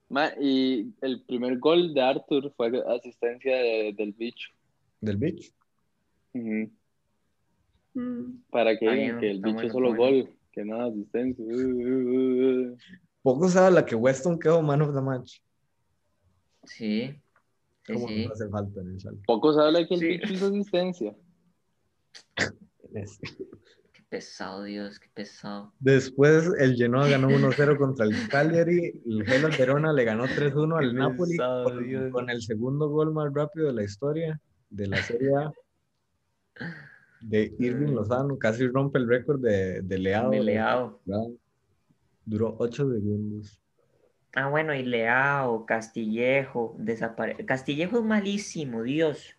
Ma- y el primer gol de Arthur fue asistencia de- del bicho. Del bicho. Ujú. Para que Está bien, digan que el está bicho bueno, es solo está bueno. gol, que nada de asistencia. Uh, uh, uh. Poco sabe la que Weston quedó man of the match. Sí. Sí, Como sí. no hace falta en el Schalke. Poco se habla que el Sí. bicho es asistencia. Ah, En ese. Qué pesado, Dios, qué pesado. Después el Genoa ganó 1-0 contra el Cagliari, el Hellas Verona le ganó 3-1 al Qué Napoli pesado, con, Dios. con el segundo gol más rápido de la historia de la Serie A de Irving Mm. Lozano, casi rompe el récord de, de Leao. De Leao. ¿verdad? Duró 8 segundos. Ah, bueno, y Leao, Castillejo, desapare... Castillejo es malísimo, Dios.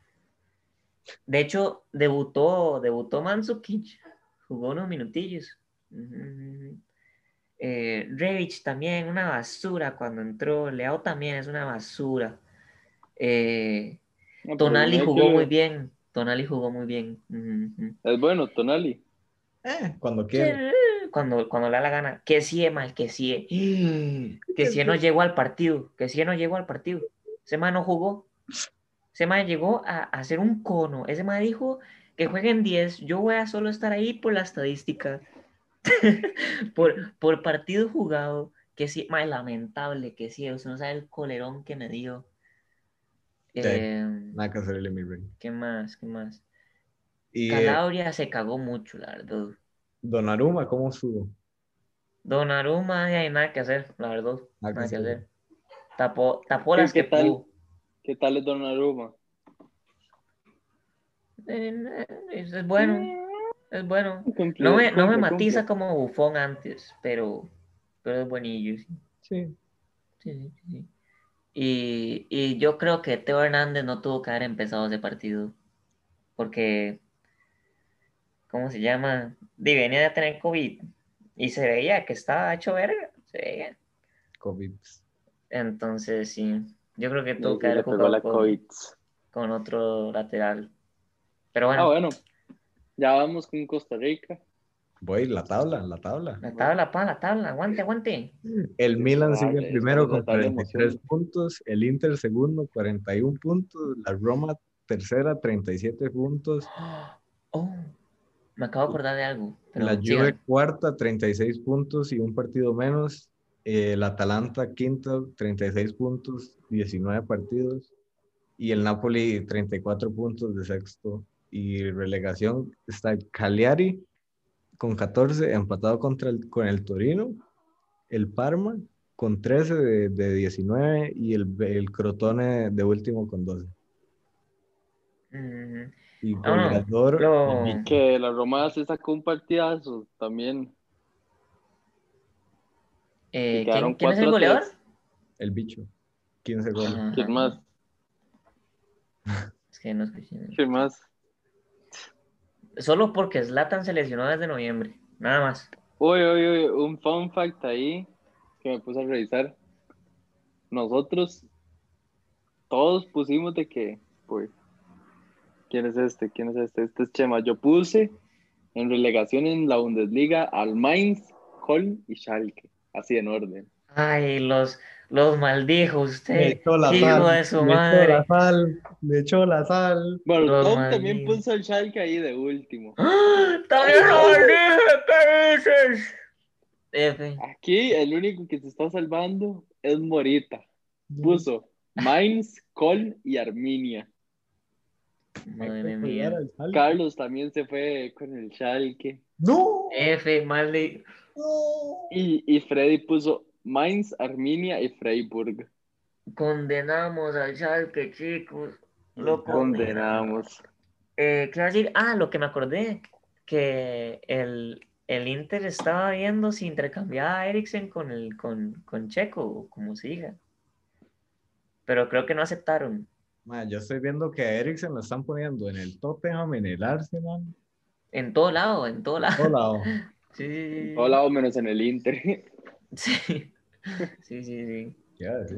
De hecho, debutó, debutó Mansukic, jugó unos minutillos. Ujú, ujú. Eh, Rebic también, una basura cuando entró. Leao también es una basura. Eh, No, pero Tonali no hay jugó que- muy bien. Tonali jugó muy bien. Ujú, ujú. Es bueno, Tonali. Eh, cuando quiera. Cuando, cuando le da la gana. Que sí, mal, que sí. Mm. Que sí no llegó al partido. Que sí no llegó al partido. Ese man no jugó. Ese man llegó a, a hacer un cono. Ese man dijo que jueguen 10. Yo voy a solo estar ahí por la estadística. (laughs) por, por partido jugado. Que sí, más lamentable que sí. Usted no sabe el colerón que me dio. Sí. Em, Nada que hacerle mi rey. ¿Qué más? ¿Qué más? Y eh, Calabria se cagó mucho, la verdad. Donnarumma, ¿cómo estuvo? Don Aruma, hay nada que hacer, la verdad. Nada que Nada que hacer. hacer. Tapó, tapó ¿Qué- las qué que tal? pudo. ¿Qué tal es Donnarumma? Eh, Es, es bueno, es bueno. Cumplió, No me, no me cumple, matiza cumple. como bufón antes, pero, pero es buenillo. Sí, Sí. sí, sí, sí. Y, y yo creo que Teo Hernández no tuvo que haber empezado ese partido. porque, ¿cómo se llama? Di, venía de tener COVID y se veía que estaba hecho verga, se veía. COVID. Entonces, sí, yo creo que tuvo Y que le haber pegó la jugado con, COVID. con otro lateral. Pero bueno, Ah, bueno. Ya vamos con Costa Rica. Voy, la tabla, la tabla. la tabla, pa, la tabla, aguante, aguante. El Milan Vale, sigue primero con esta tabla 43 emociona. puntos, el Inter segundo 41 puntos, la Roma tercera 37 puntos, Oh, me acabo de acordar de algo. Pero la sigan. Juve cuarta 36 puntos y un partido menos, eh, el Atalanta quinta 36 puntos, 19 partidos y el Napoli 34 puntos de sexto y relegación está el Cagliari con 14 empatado contra el, con el Torino, el Parma con 13 de, de 19 y el, el Crotone de último con 12. Mm, Y Ah, no, goleador, lo- el Milan. Que la Roma se sacó un partidazo también. eh, Y ¿quién, quedaron quién es el 4-3. goleador? el bicho, 15 goles. Ajá. ¿Quién más? Es que no escuché. ¿Quién más? Solo porque Zlatan se lesionó desde noviembre, nada más. Uy, uy, uy, un fun fact ahí que me puse a revisar. Nosotros todos pusimos de que, pues, ¿quién es este? ¿Quién es este? Este es Chema. Yo puse en relegación en la Bundesliga al Mainz, Köln y Schalke, así en orden. Ay, los, los maldijo usted. echó la Hijo sal, de su me echó la madre. sal, me echó la sal. Bueno, Los Tom maldijo. también puso al Schalke ahí de último. ¡Ah! ¡También lo maldije! ¿Qué dices? F. Aquí el único que se está salvando es Morita. Puso Mainz, Köln y Arminia. Madre mía. Carlos también se fue con el Schalke. No, F, maldi. Y, y Freddy puso Mainz, Arminia y Freiburg. Condenamos al Schalke, chicos. Lo Condenamos. Eh, ¿qué iba a decir? Ah, lo que me acordé, que el, el Inter estaba viendo si intercambiaba a Eriksen con el con, con Checo, o como se diga. Pero creo que no aceptaron. Ma, yo estoy viendo que a Eriksen lo están poniendo en el Tottenham, en el Arsenal. En todo lado, en todo lado. Hola, oh. Sí, sí, sí, Hola, o menos en el Inter. (laughs) (laughs) sí. Sí, sí, sí. ¿Qué iba a decir?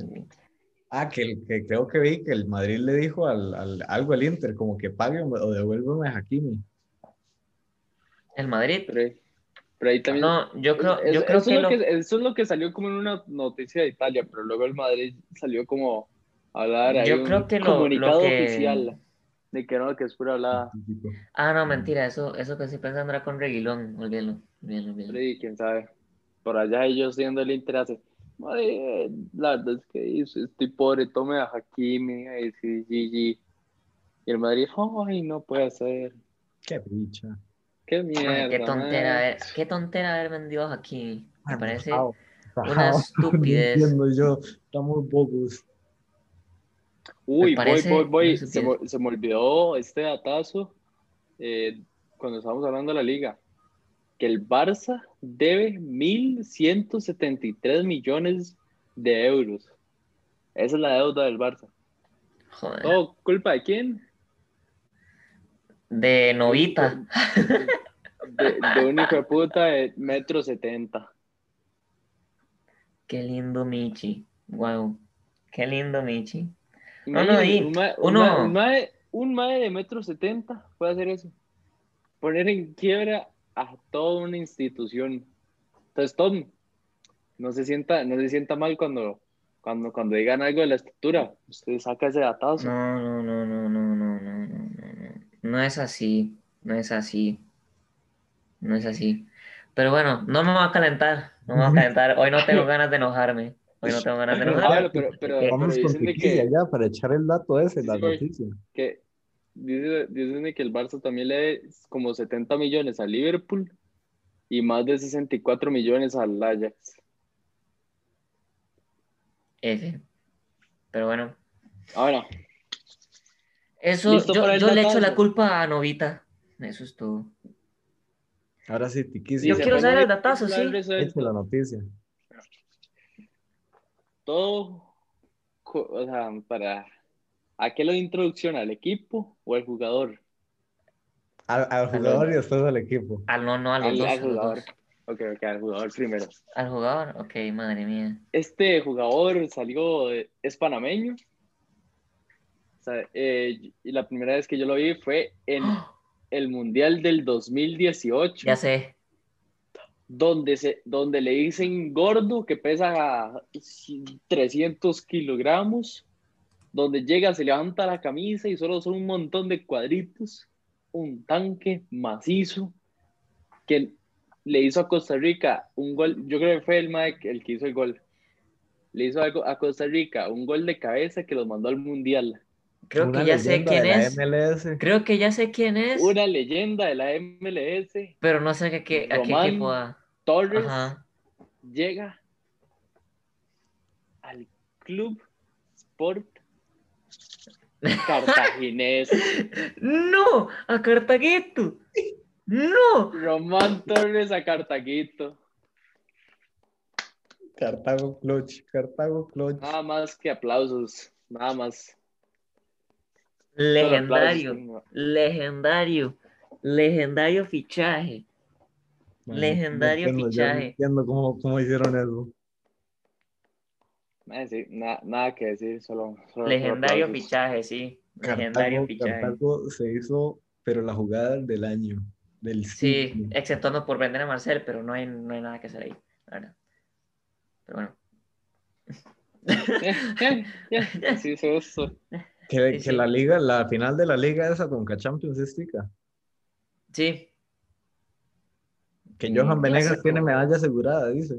Ah, que, el- que creo que vi que el Madrid le dijo al, al- algo al Inter, como que pague o, o devuélveme a Hakimi. El Madrid. Pero, pero ahí también. No, yo creo, Es- yo creo eso, que es lo lo- que, eso es lo que salió como en una noticia de Italia, pero luego el Madrid salió como a hablar. ahí Yo un creo que lo- lo comunicado que- oficial de que no, que es pura hablada. Ah, no, mentira, eso, eso que estoy pensando era con Reguilón, olvídalo, olvídalo, olvídalo. Freddy, quién sabe. Por allá ellos siendo el Inter hace. "Madre, La verdad es que hice- estoy pobre, tome a Hakimi, ay, sí, GG. Y el Madrid, ay, no puede ser. Qué picha. Qué Ay, mierda. ah". qué tontera, man". haber- qué tontera haber vendido a Hakimi. Ah, Me parece Rajao, una (laughs) rajao. estupidez. ah, No entiendo yo, estamos bobos. Uy, Me voy, parece voy, voy. muy Se me, se me olvidó este datazo eh, cuando estábamos hablando de la liga. Que el Barça debe 1.173 millones de euros. Esa es la deuda del Barça. Joder. ¿Todo culpa de quién? De novita. De, de un hijo de puta de metro setenta. Qué lindo Michi. Wow. Qué lindo Michi. No, no, ahí, Imagínate, Un mae- un uno- mae- un mae- un mae de metro setenta puede hacer eso. Poner en quiebra a toda una institución. Entonces, Tom, no se sienta, no se sienta mal cuando, cuando, cuando digan algo de la estructura. Usted saca ese datazo. No, no, no, no, no, no, no, no, no. No es así. No es así. No es así. Pero bueno, no me va a calentar. No me va a calentar. Hoy no (laughs) tengo ganas de enojarme. Hoy no tengo ganas de Pablo, enojarme. pero, pero, Eh, pero Vamos con dicen de Piquilla que, ya para echar el dato ese, la Sí, güey. noticia. que dice- dicen de que el Barça también le debe como 70 millones a Liverpool y más de 64 millones al Ajax. F. Pero bueno. Ahora, Eso, Listo para yo, yo el le echo la datazo. culpa a novita. Eso es todo. Ahora sí, Tiquilla. Yo dice, quiero "Bueno, saber el ahorita datazo, está el sí. Echa resuelto". la noticia. Todo, co- o sea, para, ¿a qué lo introducción? ¿Al equipo o al jugador? Al, al jugador y después al equipo. Ah, no, no, a los Al, dos. al a los jugador. dos. Ok, ok, al jugador primero. Al jugador, ok, madre mía. Este jugador salió, de- es panameño. O sea, eh, y la primera vez que yo lo vi fue (gasps) en el Mundial del 2018, Ya sé. donde, se, donde le dicen gordo, que pesa 300 kilogramos, donde llega, se levanta la camisa y solo son un montón de cuadritos, un tanque macizo, que le hizo a Costa Rica un gol, yo creo que fue el Mike el que hizo el gol, le hizo algo a Costa Rica un gol de cabeza que los mandó al Mundial. Creo Una que ya sé leyenda quién de la es. MLS. Creo que ya sé quién es, Una leyenda de la MLS, pero no sé a qué, a qué Román. equipo va. Torres. Ajá. llega al Club Sport Cartaginés. (laughs) ¡No! ¡A Cartaguito! ¡No! Román Torres a Cartaguito. Cartago Clutch. Cartago Clutch. Ah, Nada más que aplausos. Nada más. Solo Legendario, aplausos. legendario, legendario fichaje. Madre, legendario no entiendo, yo fichaje. No entiendo cómo, cómo hicieron eso. Nada, Eh, sí, na- nada que decir, solo. solo- Legendario solo aplausos. (laughs) fichaje, sí. Legendario Cartago, fichaje. Cartago se hizo, pero la jugada del año. Del Sí, siglo. exceptuando por vender a Marcel, pero no hay, no hay nada que hacer ahí, la verdad. Pero bueno. Eh, eh, eh, así es eso. Que, que sí. la liga, la final de la liga esa con Champions es tica. Sí, Que Sí, Johan Venegas clásico. tiene medalla asegurada, dice.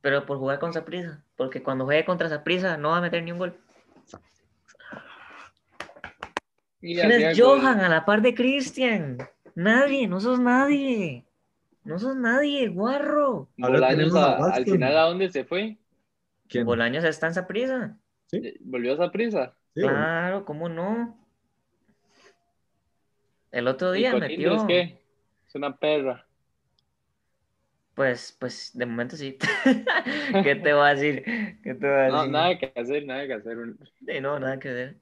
pero por jugar con Saprisa, porque cuando juegue contra Saprisa no va a meter ni un gol. Y ¿Quién hacía es gol. Johan a la par de Cristian? Nadie, no sos nadie. No sos nadie, guarro. Ahora Bolaños tenemos a a- al Vázquez. final, ¿a dónde se fue? ¿Quién? Bolaños está en Saprisa. Eh, ¿Volvió a esa prisa? Sí, Claro, ¿cómo no? El otro ¿Y día Corinthians metió. qué? Es una perra. Pues, pues, de momento (laughs) sí. (laughs) ¿Qué te va a decir? ¿Qué te va a No, decir? nada que hacer, nada que hacer. Sí, no, nada que ver.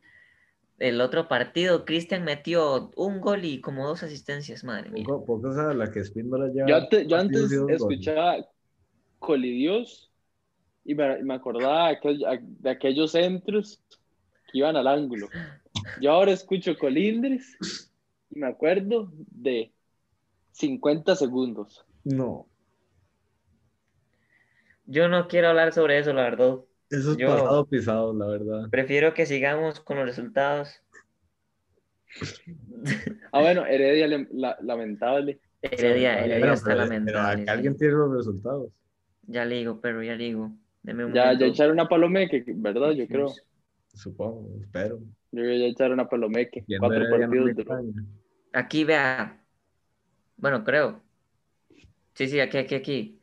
El otro partido, Cristian metió un gol y como dos asistencias, madre mía. Poco, poco sabe la que Espíndola lleva. Yo antes, yo ha sido antes Dios, escuchaba Colidios y me, me acordaba de, aquel- de aquellos centros que iban al ángulo. Yo ahora escucho Colindres y me acuerdo de 50 segundos. No, Yo no quiero hablar sobre eso, la verdad. eso es Yo- pasado pisado, la verdad. Prefiero que sigamos con los resultados. Ah, bueno, Heredia, lem- la- lamentable. Heredia, Heredia Bueno, está pero- lamentable. pero que alguien sí. tiene los resultados. Ya le digo, pero ya le digo. Deme un Ya, ya momento. echaron a Palomeque, ¿verdad? Yo creo. Supongo, espero. Yo creo que ya echaron a Palomeque. Viendo Cuatro Heredia no me partidos. duró. extraña. Aquí vea. Bueno, creo. Sí, sí, aquí, aquí, aquí.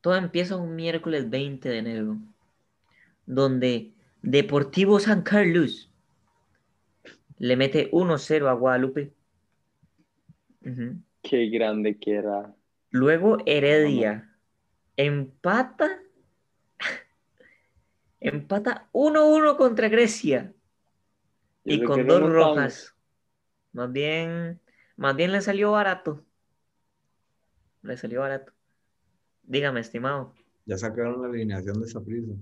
Todo empieza un miércoles 20 de enero, donde Deportivo San Carlos le mete 1-0 a Guadalupe. Ujú. Qué grande que era. Luego Heredia empata. (laughs) Empata 1-1 contra Grecia. Yo Y sé con que dos remontamos. rojas. Más bien, más bien le salió barato. Le salió barato. Dígame, estimado. Ya sacaron la alineación de esa prisa.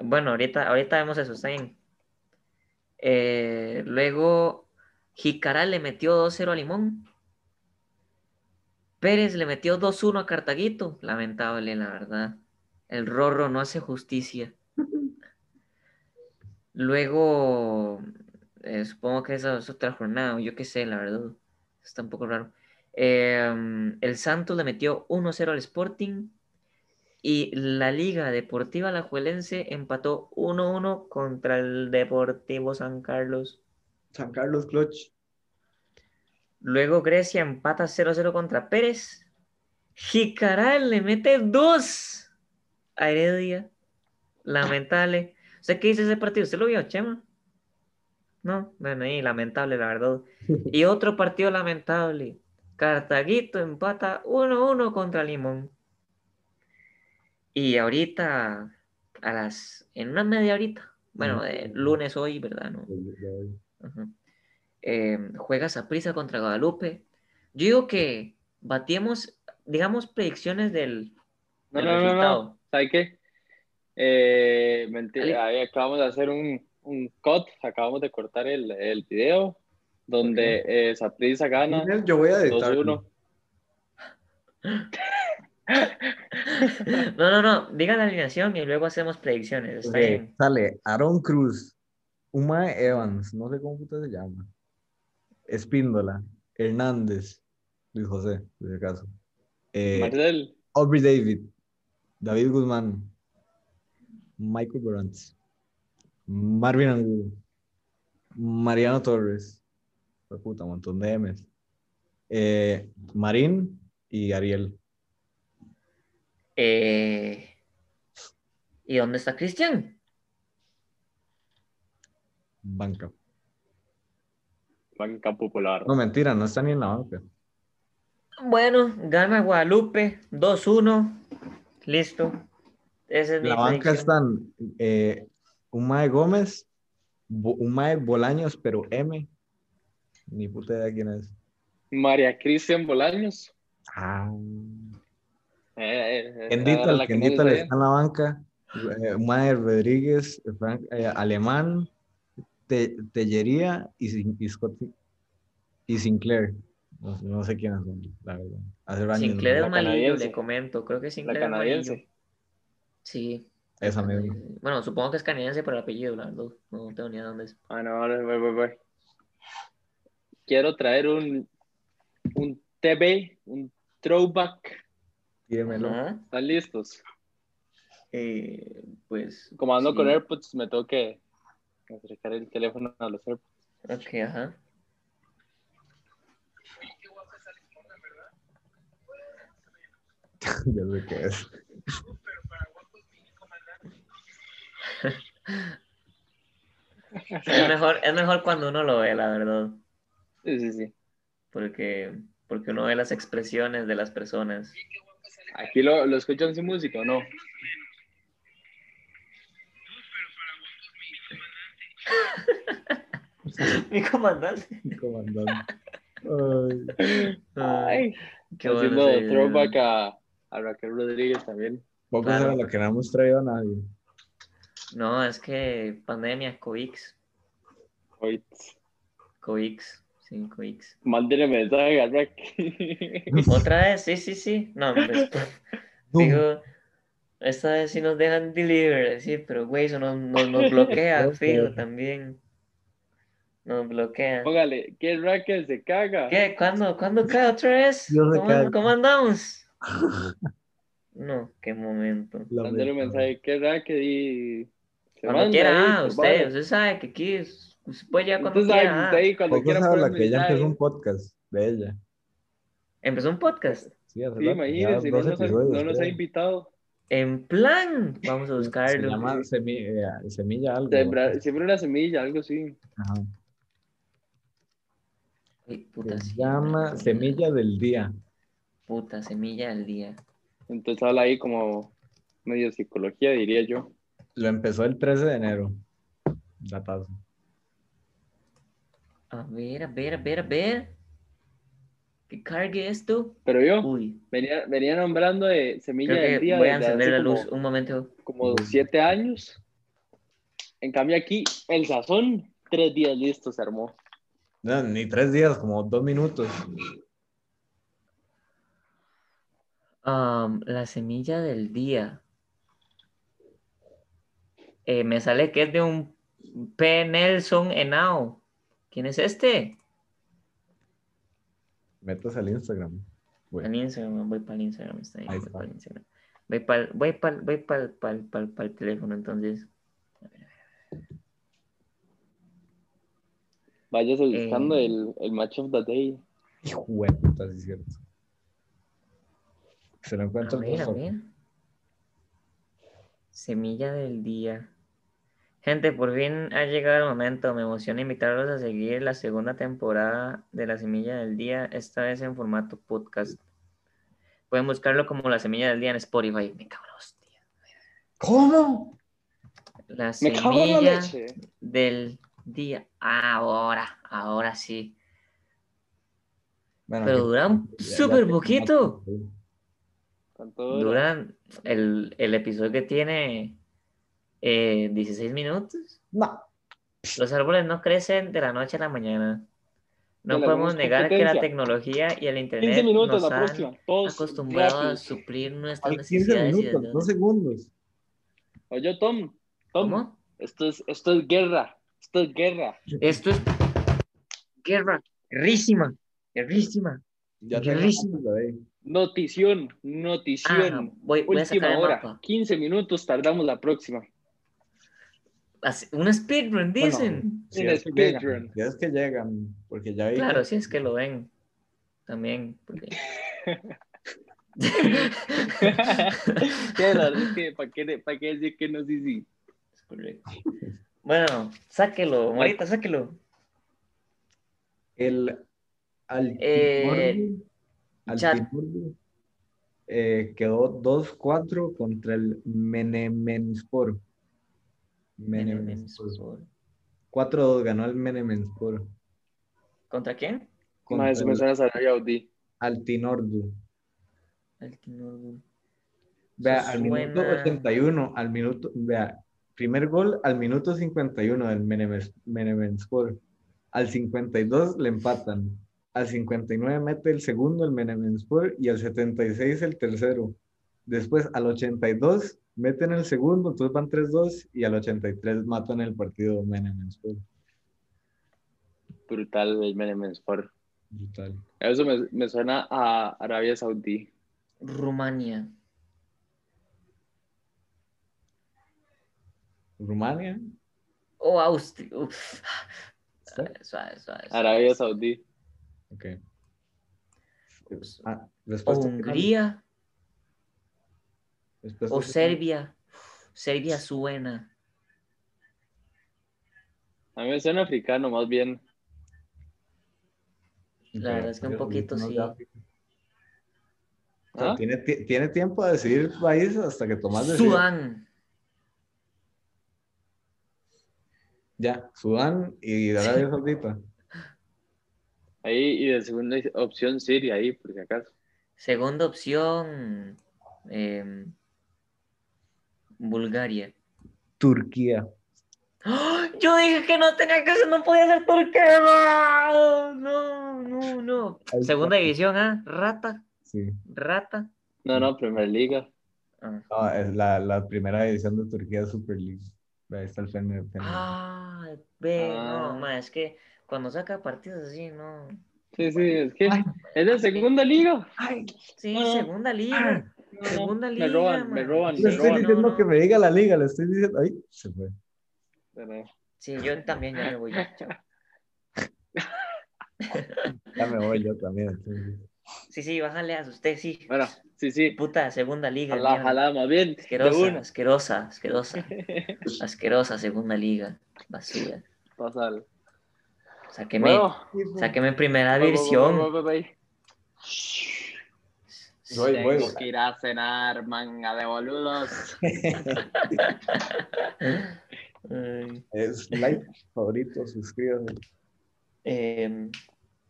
Bueno, ahorita, ahorita vemos eso, está bien. Eh, luego, Jicará le metió 2-0 a Limón. Pérez le metió 2-1 a Cartaguito. Lamentable, la verdad. El Rorro no hace justicia. Luego, eh, supongo que esa es otra jornada, yo qué sé, la verdad. Está un poco raro. Eh, el Santos le metió 1-0 al Sporting. Y la Liga Deportiva Alajuelense empató 1-1 contra el Deportivo San Carlos. San Carlos Clutch. Luego Grecia empata 0-0 contra Pérez. Jicaral le mete 2 a Heredia. Lamentable. ¿Usted qué dice ese partido? ¿Usted lo vio, Chema? No, bueno, ahí lamentable, la verdad. Y otro partido lamentable. Cartaguito empata 1-1 contra Limón. Y ahorita, a las. en una media horita. Bueno, Ujú. de lunes hoy, ¿verdad? No. Ya- ya- Ajá. eh, juegas a prisa contra Guadalupe. Yo digo que batiemos, digamos, predicciones del, No, del no, no, resultado. (laughs) no. ¿Sabes qué? Eh, mentira, ahí acabamos de hacer un, un cut, acabamos de cortar el, el video donde Saprisa gana Miren, Yo voy a editar. 2-1. No, no, no, diga la alineación y luego hacemos predicciones. Está Ok, bien. Sale Aaron Cruz, Uma Evans, no sé cómo puta se llama. Espíndola, Hernández, Luis José, por si acaso. Eh, Marcel, Aubrey David, David Guzmán, Michael Burantz, Marvin Angulo, Mariano Torres, Fue puta, un montón de M's, eh, Marín y Ariel. Eh, ¿Y dónde está Cristian? Banca. banca popular. No, mentira, no está ni en la banca. Bueno, gana Guadalupe 2-1. Listo. Esa es mi la banca predicción. están eh, Umae Gómez, Bo- Umae Bolaños, pero M. Ni puta idea quién es. María Cristian Bolaños. Ah. Eh, eh, eh, Kendita, era el la que Kendita no le sabía. está en la banca. Eh, Umae Rodríguez, Frank, eh, Alemán, Te- Tellería y, Sin- y Scotty- y Sinclair. No, no sé quiénes son, la verdad. Hace años no- Sinclair la es malillo, canadiense. le comento. Creo que La Sinclair es malillo. canadiense. Sí. Esa misma. Bueno, supongo que es canadiense por el apellido, la verdad. No tengo ni idea dónde es. Ah, no, ahora voy, voy, voy. Quiero traer un, un TV, un throwback. Tíramelo. Ajá. ¿Están listos? Eh, pues. Como ando sí. con AirPods, me tengo que acercar el teléfono a los AirPods. Ok, ajá. (laughs) Ya sé qué es. (laughs) Es mejor, es mejor cuando uno lo ve, la verdad. Sí, sí, sí. Porque, porque uno ve las expresiones de las personas. Aquí lo, lo escuchan sin música, ¿o ¿no? (laughs) Mi comandante. Comandante. Ay. Ay, Ah, qué haciendo bueno, sí, throwback a, a Raquel Rodríguez también. Poco Claro. era lo que no hemos traído a nadie. No, es que pandemia, COVIX. Hoy, COVIX. Sí, COVIX. mándele mensaje a Raquel. (laughs) Otra vez, sí, sí, sí. No, pues, (laughs) digo, esta vez sí nos dejan deliver, sí, pero güey, eso nos, nos, nos (laughs) bloquea, fijo, también. Nos bloquea. Póngale, que Raquel se caga. ¿Qué? ¿Cuándo? ¿Cuándo cae otra vez? Yo sé ¿Cómo, que- cómo (laughs) andamos? No, qué momento. La Mándele un verdad. mensaje, que Raquel y... se Cuando manda ahí, quiera, ah, se usted, manda. usted sabe que aquí es- usted puede llegar cuando Usted sabe, quiera. usted ah. ahí cuando Poco quiera sabe poner la que ella mensaje. empezó un podcast de ella. Empezó un podcast. Sí, hace Sí, rato, ya imagínense, no dos nos, ha, episodios, no nos ha creo. invitado. En plan, vamos a Se buscarlo. llama semilla, semilla algo. Sembrar- siempre una semilla, algo así. Ajá. Ay, puta, Se sí, llama madre. Semilla del Día. Puta, semilla del día. Entonces habla ahí como medio psicología, diría yo. Lo empezó el 13 de enero. Datazo. A ver, a ver, a ver, a ver. Que cargue esto. Pero yo Uy, venía, venía nombrando de semilla creo del que día voy a desde encender hace la como, luz un momento. como siete años. En cambio aquí, el sazón, tres días listo se armó. No, ni tres días, como dos minutos. Am, la semilla del día. Eh, me sale que es de un P. Nelson Henao. ¿Quién es este? Metas al Instagram. Al Güey, Instagram, voy para el Instagram, está bien, Ahí voy está. para el Instagram. Voy para voy pa'l- voy pa'l- pa'l- pa'l- pa'l teléfono entonces. Váyase buscando Eh. el, el match of the day. Hijo de puta, sí es cierto. Se lo A encuentro. ver, a por- ver. Semilla del día. Gente, por fin ha llegado el momento. Me emociona invitarlos a seguir la segunda temporada de La Semilla del Día, esta vez en formato podcast. Pueden buscarlo como La Semilla del Día en Spotify. Me cago en la hostia. ¿Cómo? La Me cago en la Semilla leche. del día. Ahora, ahora sí. Bueno, Pero que- duran ya- ya súper te- poquito. Con todo lo- Duran el, el episodio que tiene eh, 16 minutos. No. Los árboles no crecen de la noche a la mañana. No Con podemos alguna negar que la competencia. tecnología y el 15 internet minutos nos la han próxima. Todos acostumbrado a rápidos. suplir nuestras Hay 15 necesidades. y minutos, deseos. 2 segundos. Oye, Tom, Tom, ¿Cómo? Esto, es, esto es guerra. Esto es guerra. Esto es guerra, guerrísima, guerrísima. Ya Qué tengo rígido. la de ahí. Notición, Ah, notición. voy, voy a sacar Última el hora. mapa. 15 minutos tardamos la próxima. Así- Un speedrun, dicen. Si En es que speedrun. llegan, si es que llegan, porque ya vi que- Claro, si es que lo ven. También. porque- (laughs) Ya, la verdad es que, ¿para qué, para qué decir que no? Sí, sí. Correcto. Bueno, sáquelo, Morita, sáquelo. El Eh, altibordi, chat. altibordi, eh, quedó 2-4 contra el Menemenspor. Menemenspor. 4-2 ganó el Menemenspor ¿Contra quién? Más contra eso me el suena a Sarabia Audi. Altinordu. El que no- Vea, al minuto suena- 81, al minuto, vea, primer gol al minuto 51 del Menemes- Menemenspor. Al 52 le empatan. Al 59 mete el segundo el Menemenspor y al 76 el tercero. Después al 82 meten el segundo, entonces van 3-2 y al 83 matan el partido Menemenspor. Brutal el Menem Sport. Brutal. Eso me, me suena a Arabia Saudí. Rumania. Rumania, O Austria. Uf. ¿está? Suave, suave, suave. Arabia Saudí. Ok. Pues, Ah, O respuesta final, Hungría. respuesta O final. Serbia. Serbia suena. A mí me suena africano, más bien. La verdad es que un poquito No, sí. ya. O sea, ¿Ah? Tiene, ti- tiene tiempo a decidir país hasta que Tomás decide. Sudán. Ya, Sudán y Arabia Saudita. Ahí, y de segunda opción Siria, ahí, por si acaso. Segunda opción. em, Bulgaria. Turquía. ¡Ah! Yo dije que no tenía que ser, no podía ser turquero. No, no, no. Ahí está. Segunda división, ¿ah? Rata, Sí. rata. No, no, Premier Liga. Ah, No, es la, la primera edición de Turquía es Super League. Ahí está el Fener. Fener. Ah, ve, Ah. no, ma, es que cuando saca partidos así, no. Sí, sí, es que es de segunda liga. Sí, No, no. segunda liga. No, no, Segunda liga. me roban, ma. me roban, le me estoy roban. diciendo No, no. que me diga la liga, le estoy diciendo. Ay, se fue. Pero- Sí, yo también ya me voy. ya, chao. Ya me voy yo también. entonces. Sí, sí, bájale a usted, sí. Bueno, sí, sí. Puta, segunda liga. Jalá, mierda. jalá, más bien. De Asquerosa, una. asquerosa, asquerosa. (laughs) Asquerosa segunda liga. Basura. Pásale. Sáqueme, sáqueme en primera división. voy, voy, voy. Voy, voy. Tengo que ir a cenar, manga de boludos. Ay, Es like, favorito, suscríbase. em,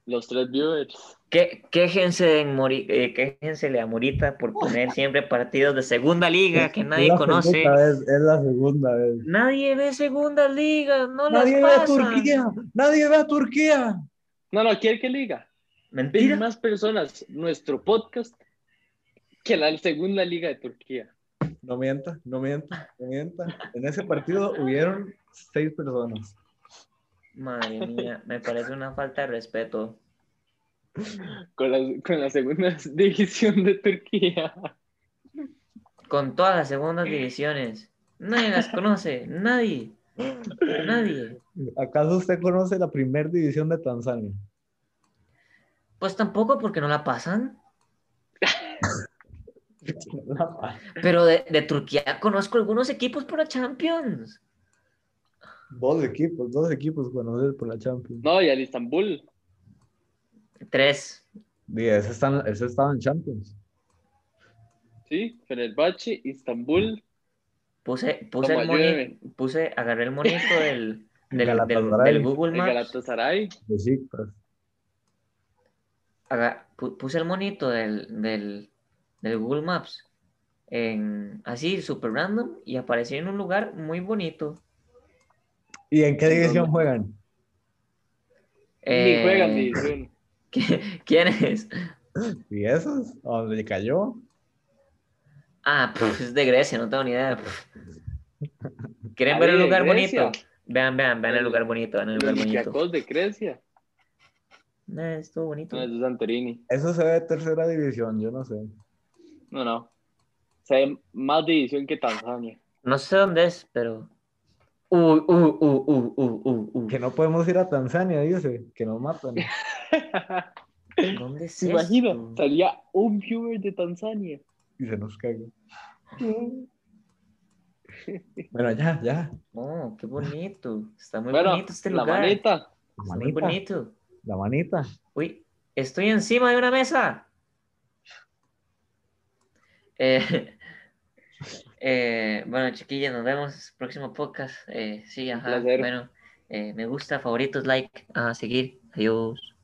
Los tres viewers. que- Quéjense en Mori- eh, quéjensele a Morita por poner siempre partidos de segunda liga que nadie Es la conoce. segunda vez, es la segunda vez. Nadie ve segunda liga, no Nadie ve las a pasan. Turquía. Nadie ve a Turquía. No, no, quiere que liga. Ven Mentira. más personas nuestro podcast que la segunda liga de Turquía. No mienta, no mienta, no mienta. En ese partido hubieron seis personas. Madre mía, me parece una falta de respeto. Con la, con la segunda (laughs) división de Turquía. Con todas las segundas Eh. divisiones. Nadie las conoce, nadie. Nadie. ¿Acaso usted conoce la primera división (laughs) de Tanzania? Pues tampoco porque no la pasan. La Pero de, de Turquía conozco algunos equipos para Champions. Dos equipos, dos equipos conoces por la Champions. No, y al Istambul. Tres. Dí, ese, está, ese estaba en Champions. Sí, Fenerbahce, Istambul. Puse, puse Como el monito, puse, agarré el monito del, Del, del, Galatasaray. del Google El Maps. Galatasaray. de Chivas. Haga- pu- puse el monito del, del, del Google Maps en, así, super random, y apareció en un lugar muy bonito. ¿Y en qué ¿En división dónde? juegan? Eh, Ni juegan ni división. ¿qui- Eh, ¿Quién es? ¿Y esos? ¿A dónde cayó? Ah, pf, es de Grecia, no tengo ni idea. (laughs) pf. ¿Quieren ver Ahí el Ah, de lugar Grecia. bonito? Vean, vean, vean el El- lugar bonito, vean el lugar Los bonito. Olympiacos de Grecia. Eh, estuvo bonito. No, es de Santorini. Eso se ve de tercera división, yo no sé. No, no. Se ve más división que Tanzania. No sé dónde es, pero. Uh, uh, uh, uh, uh, uh, uh. Que no podemos ir a Tanzania, dice, que (laughs) nos matan. ¿Dónde es (laughs) ¿Se imagina? esto? Salía un viewer de Tanzania. Y se nos caga. Bueno, ya, ya. Oh, qué bonito. Está muy bueno, bonito este la lugar. maneta. La Está muy manita. bonito. La manita. Uy, estoy encima de una mesa. Eh, (laughs) eh, bueno, chiquillos, nos vemos próximo podcast. Eh, sí, ajá. placer. Bueno, eh, me gusta, favoritos, like, a seguir. Adiós.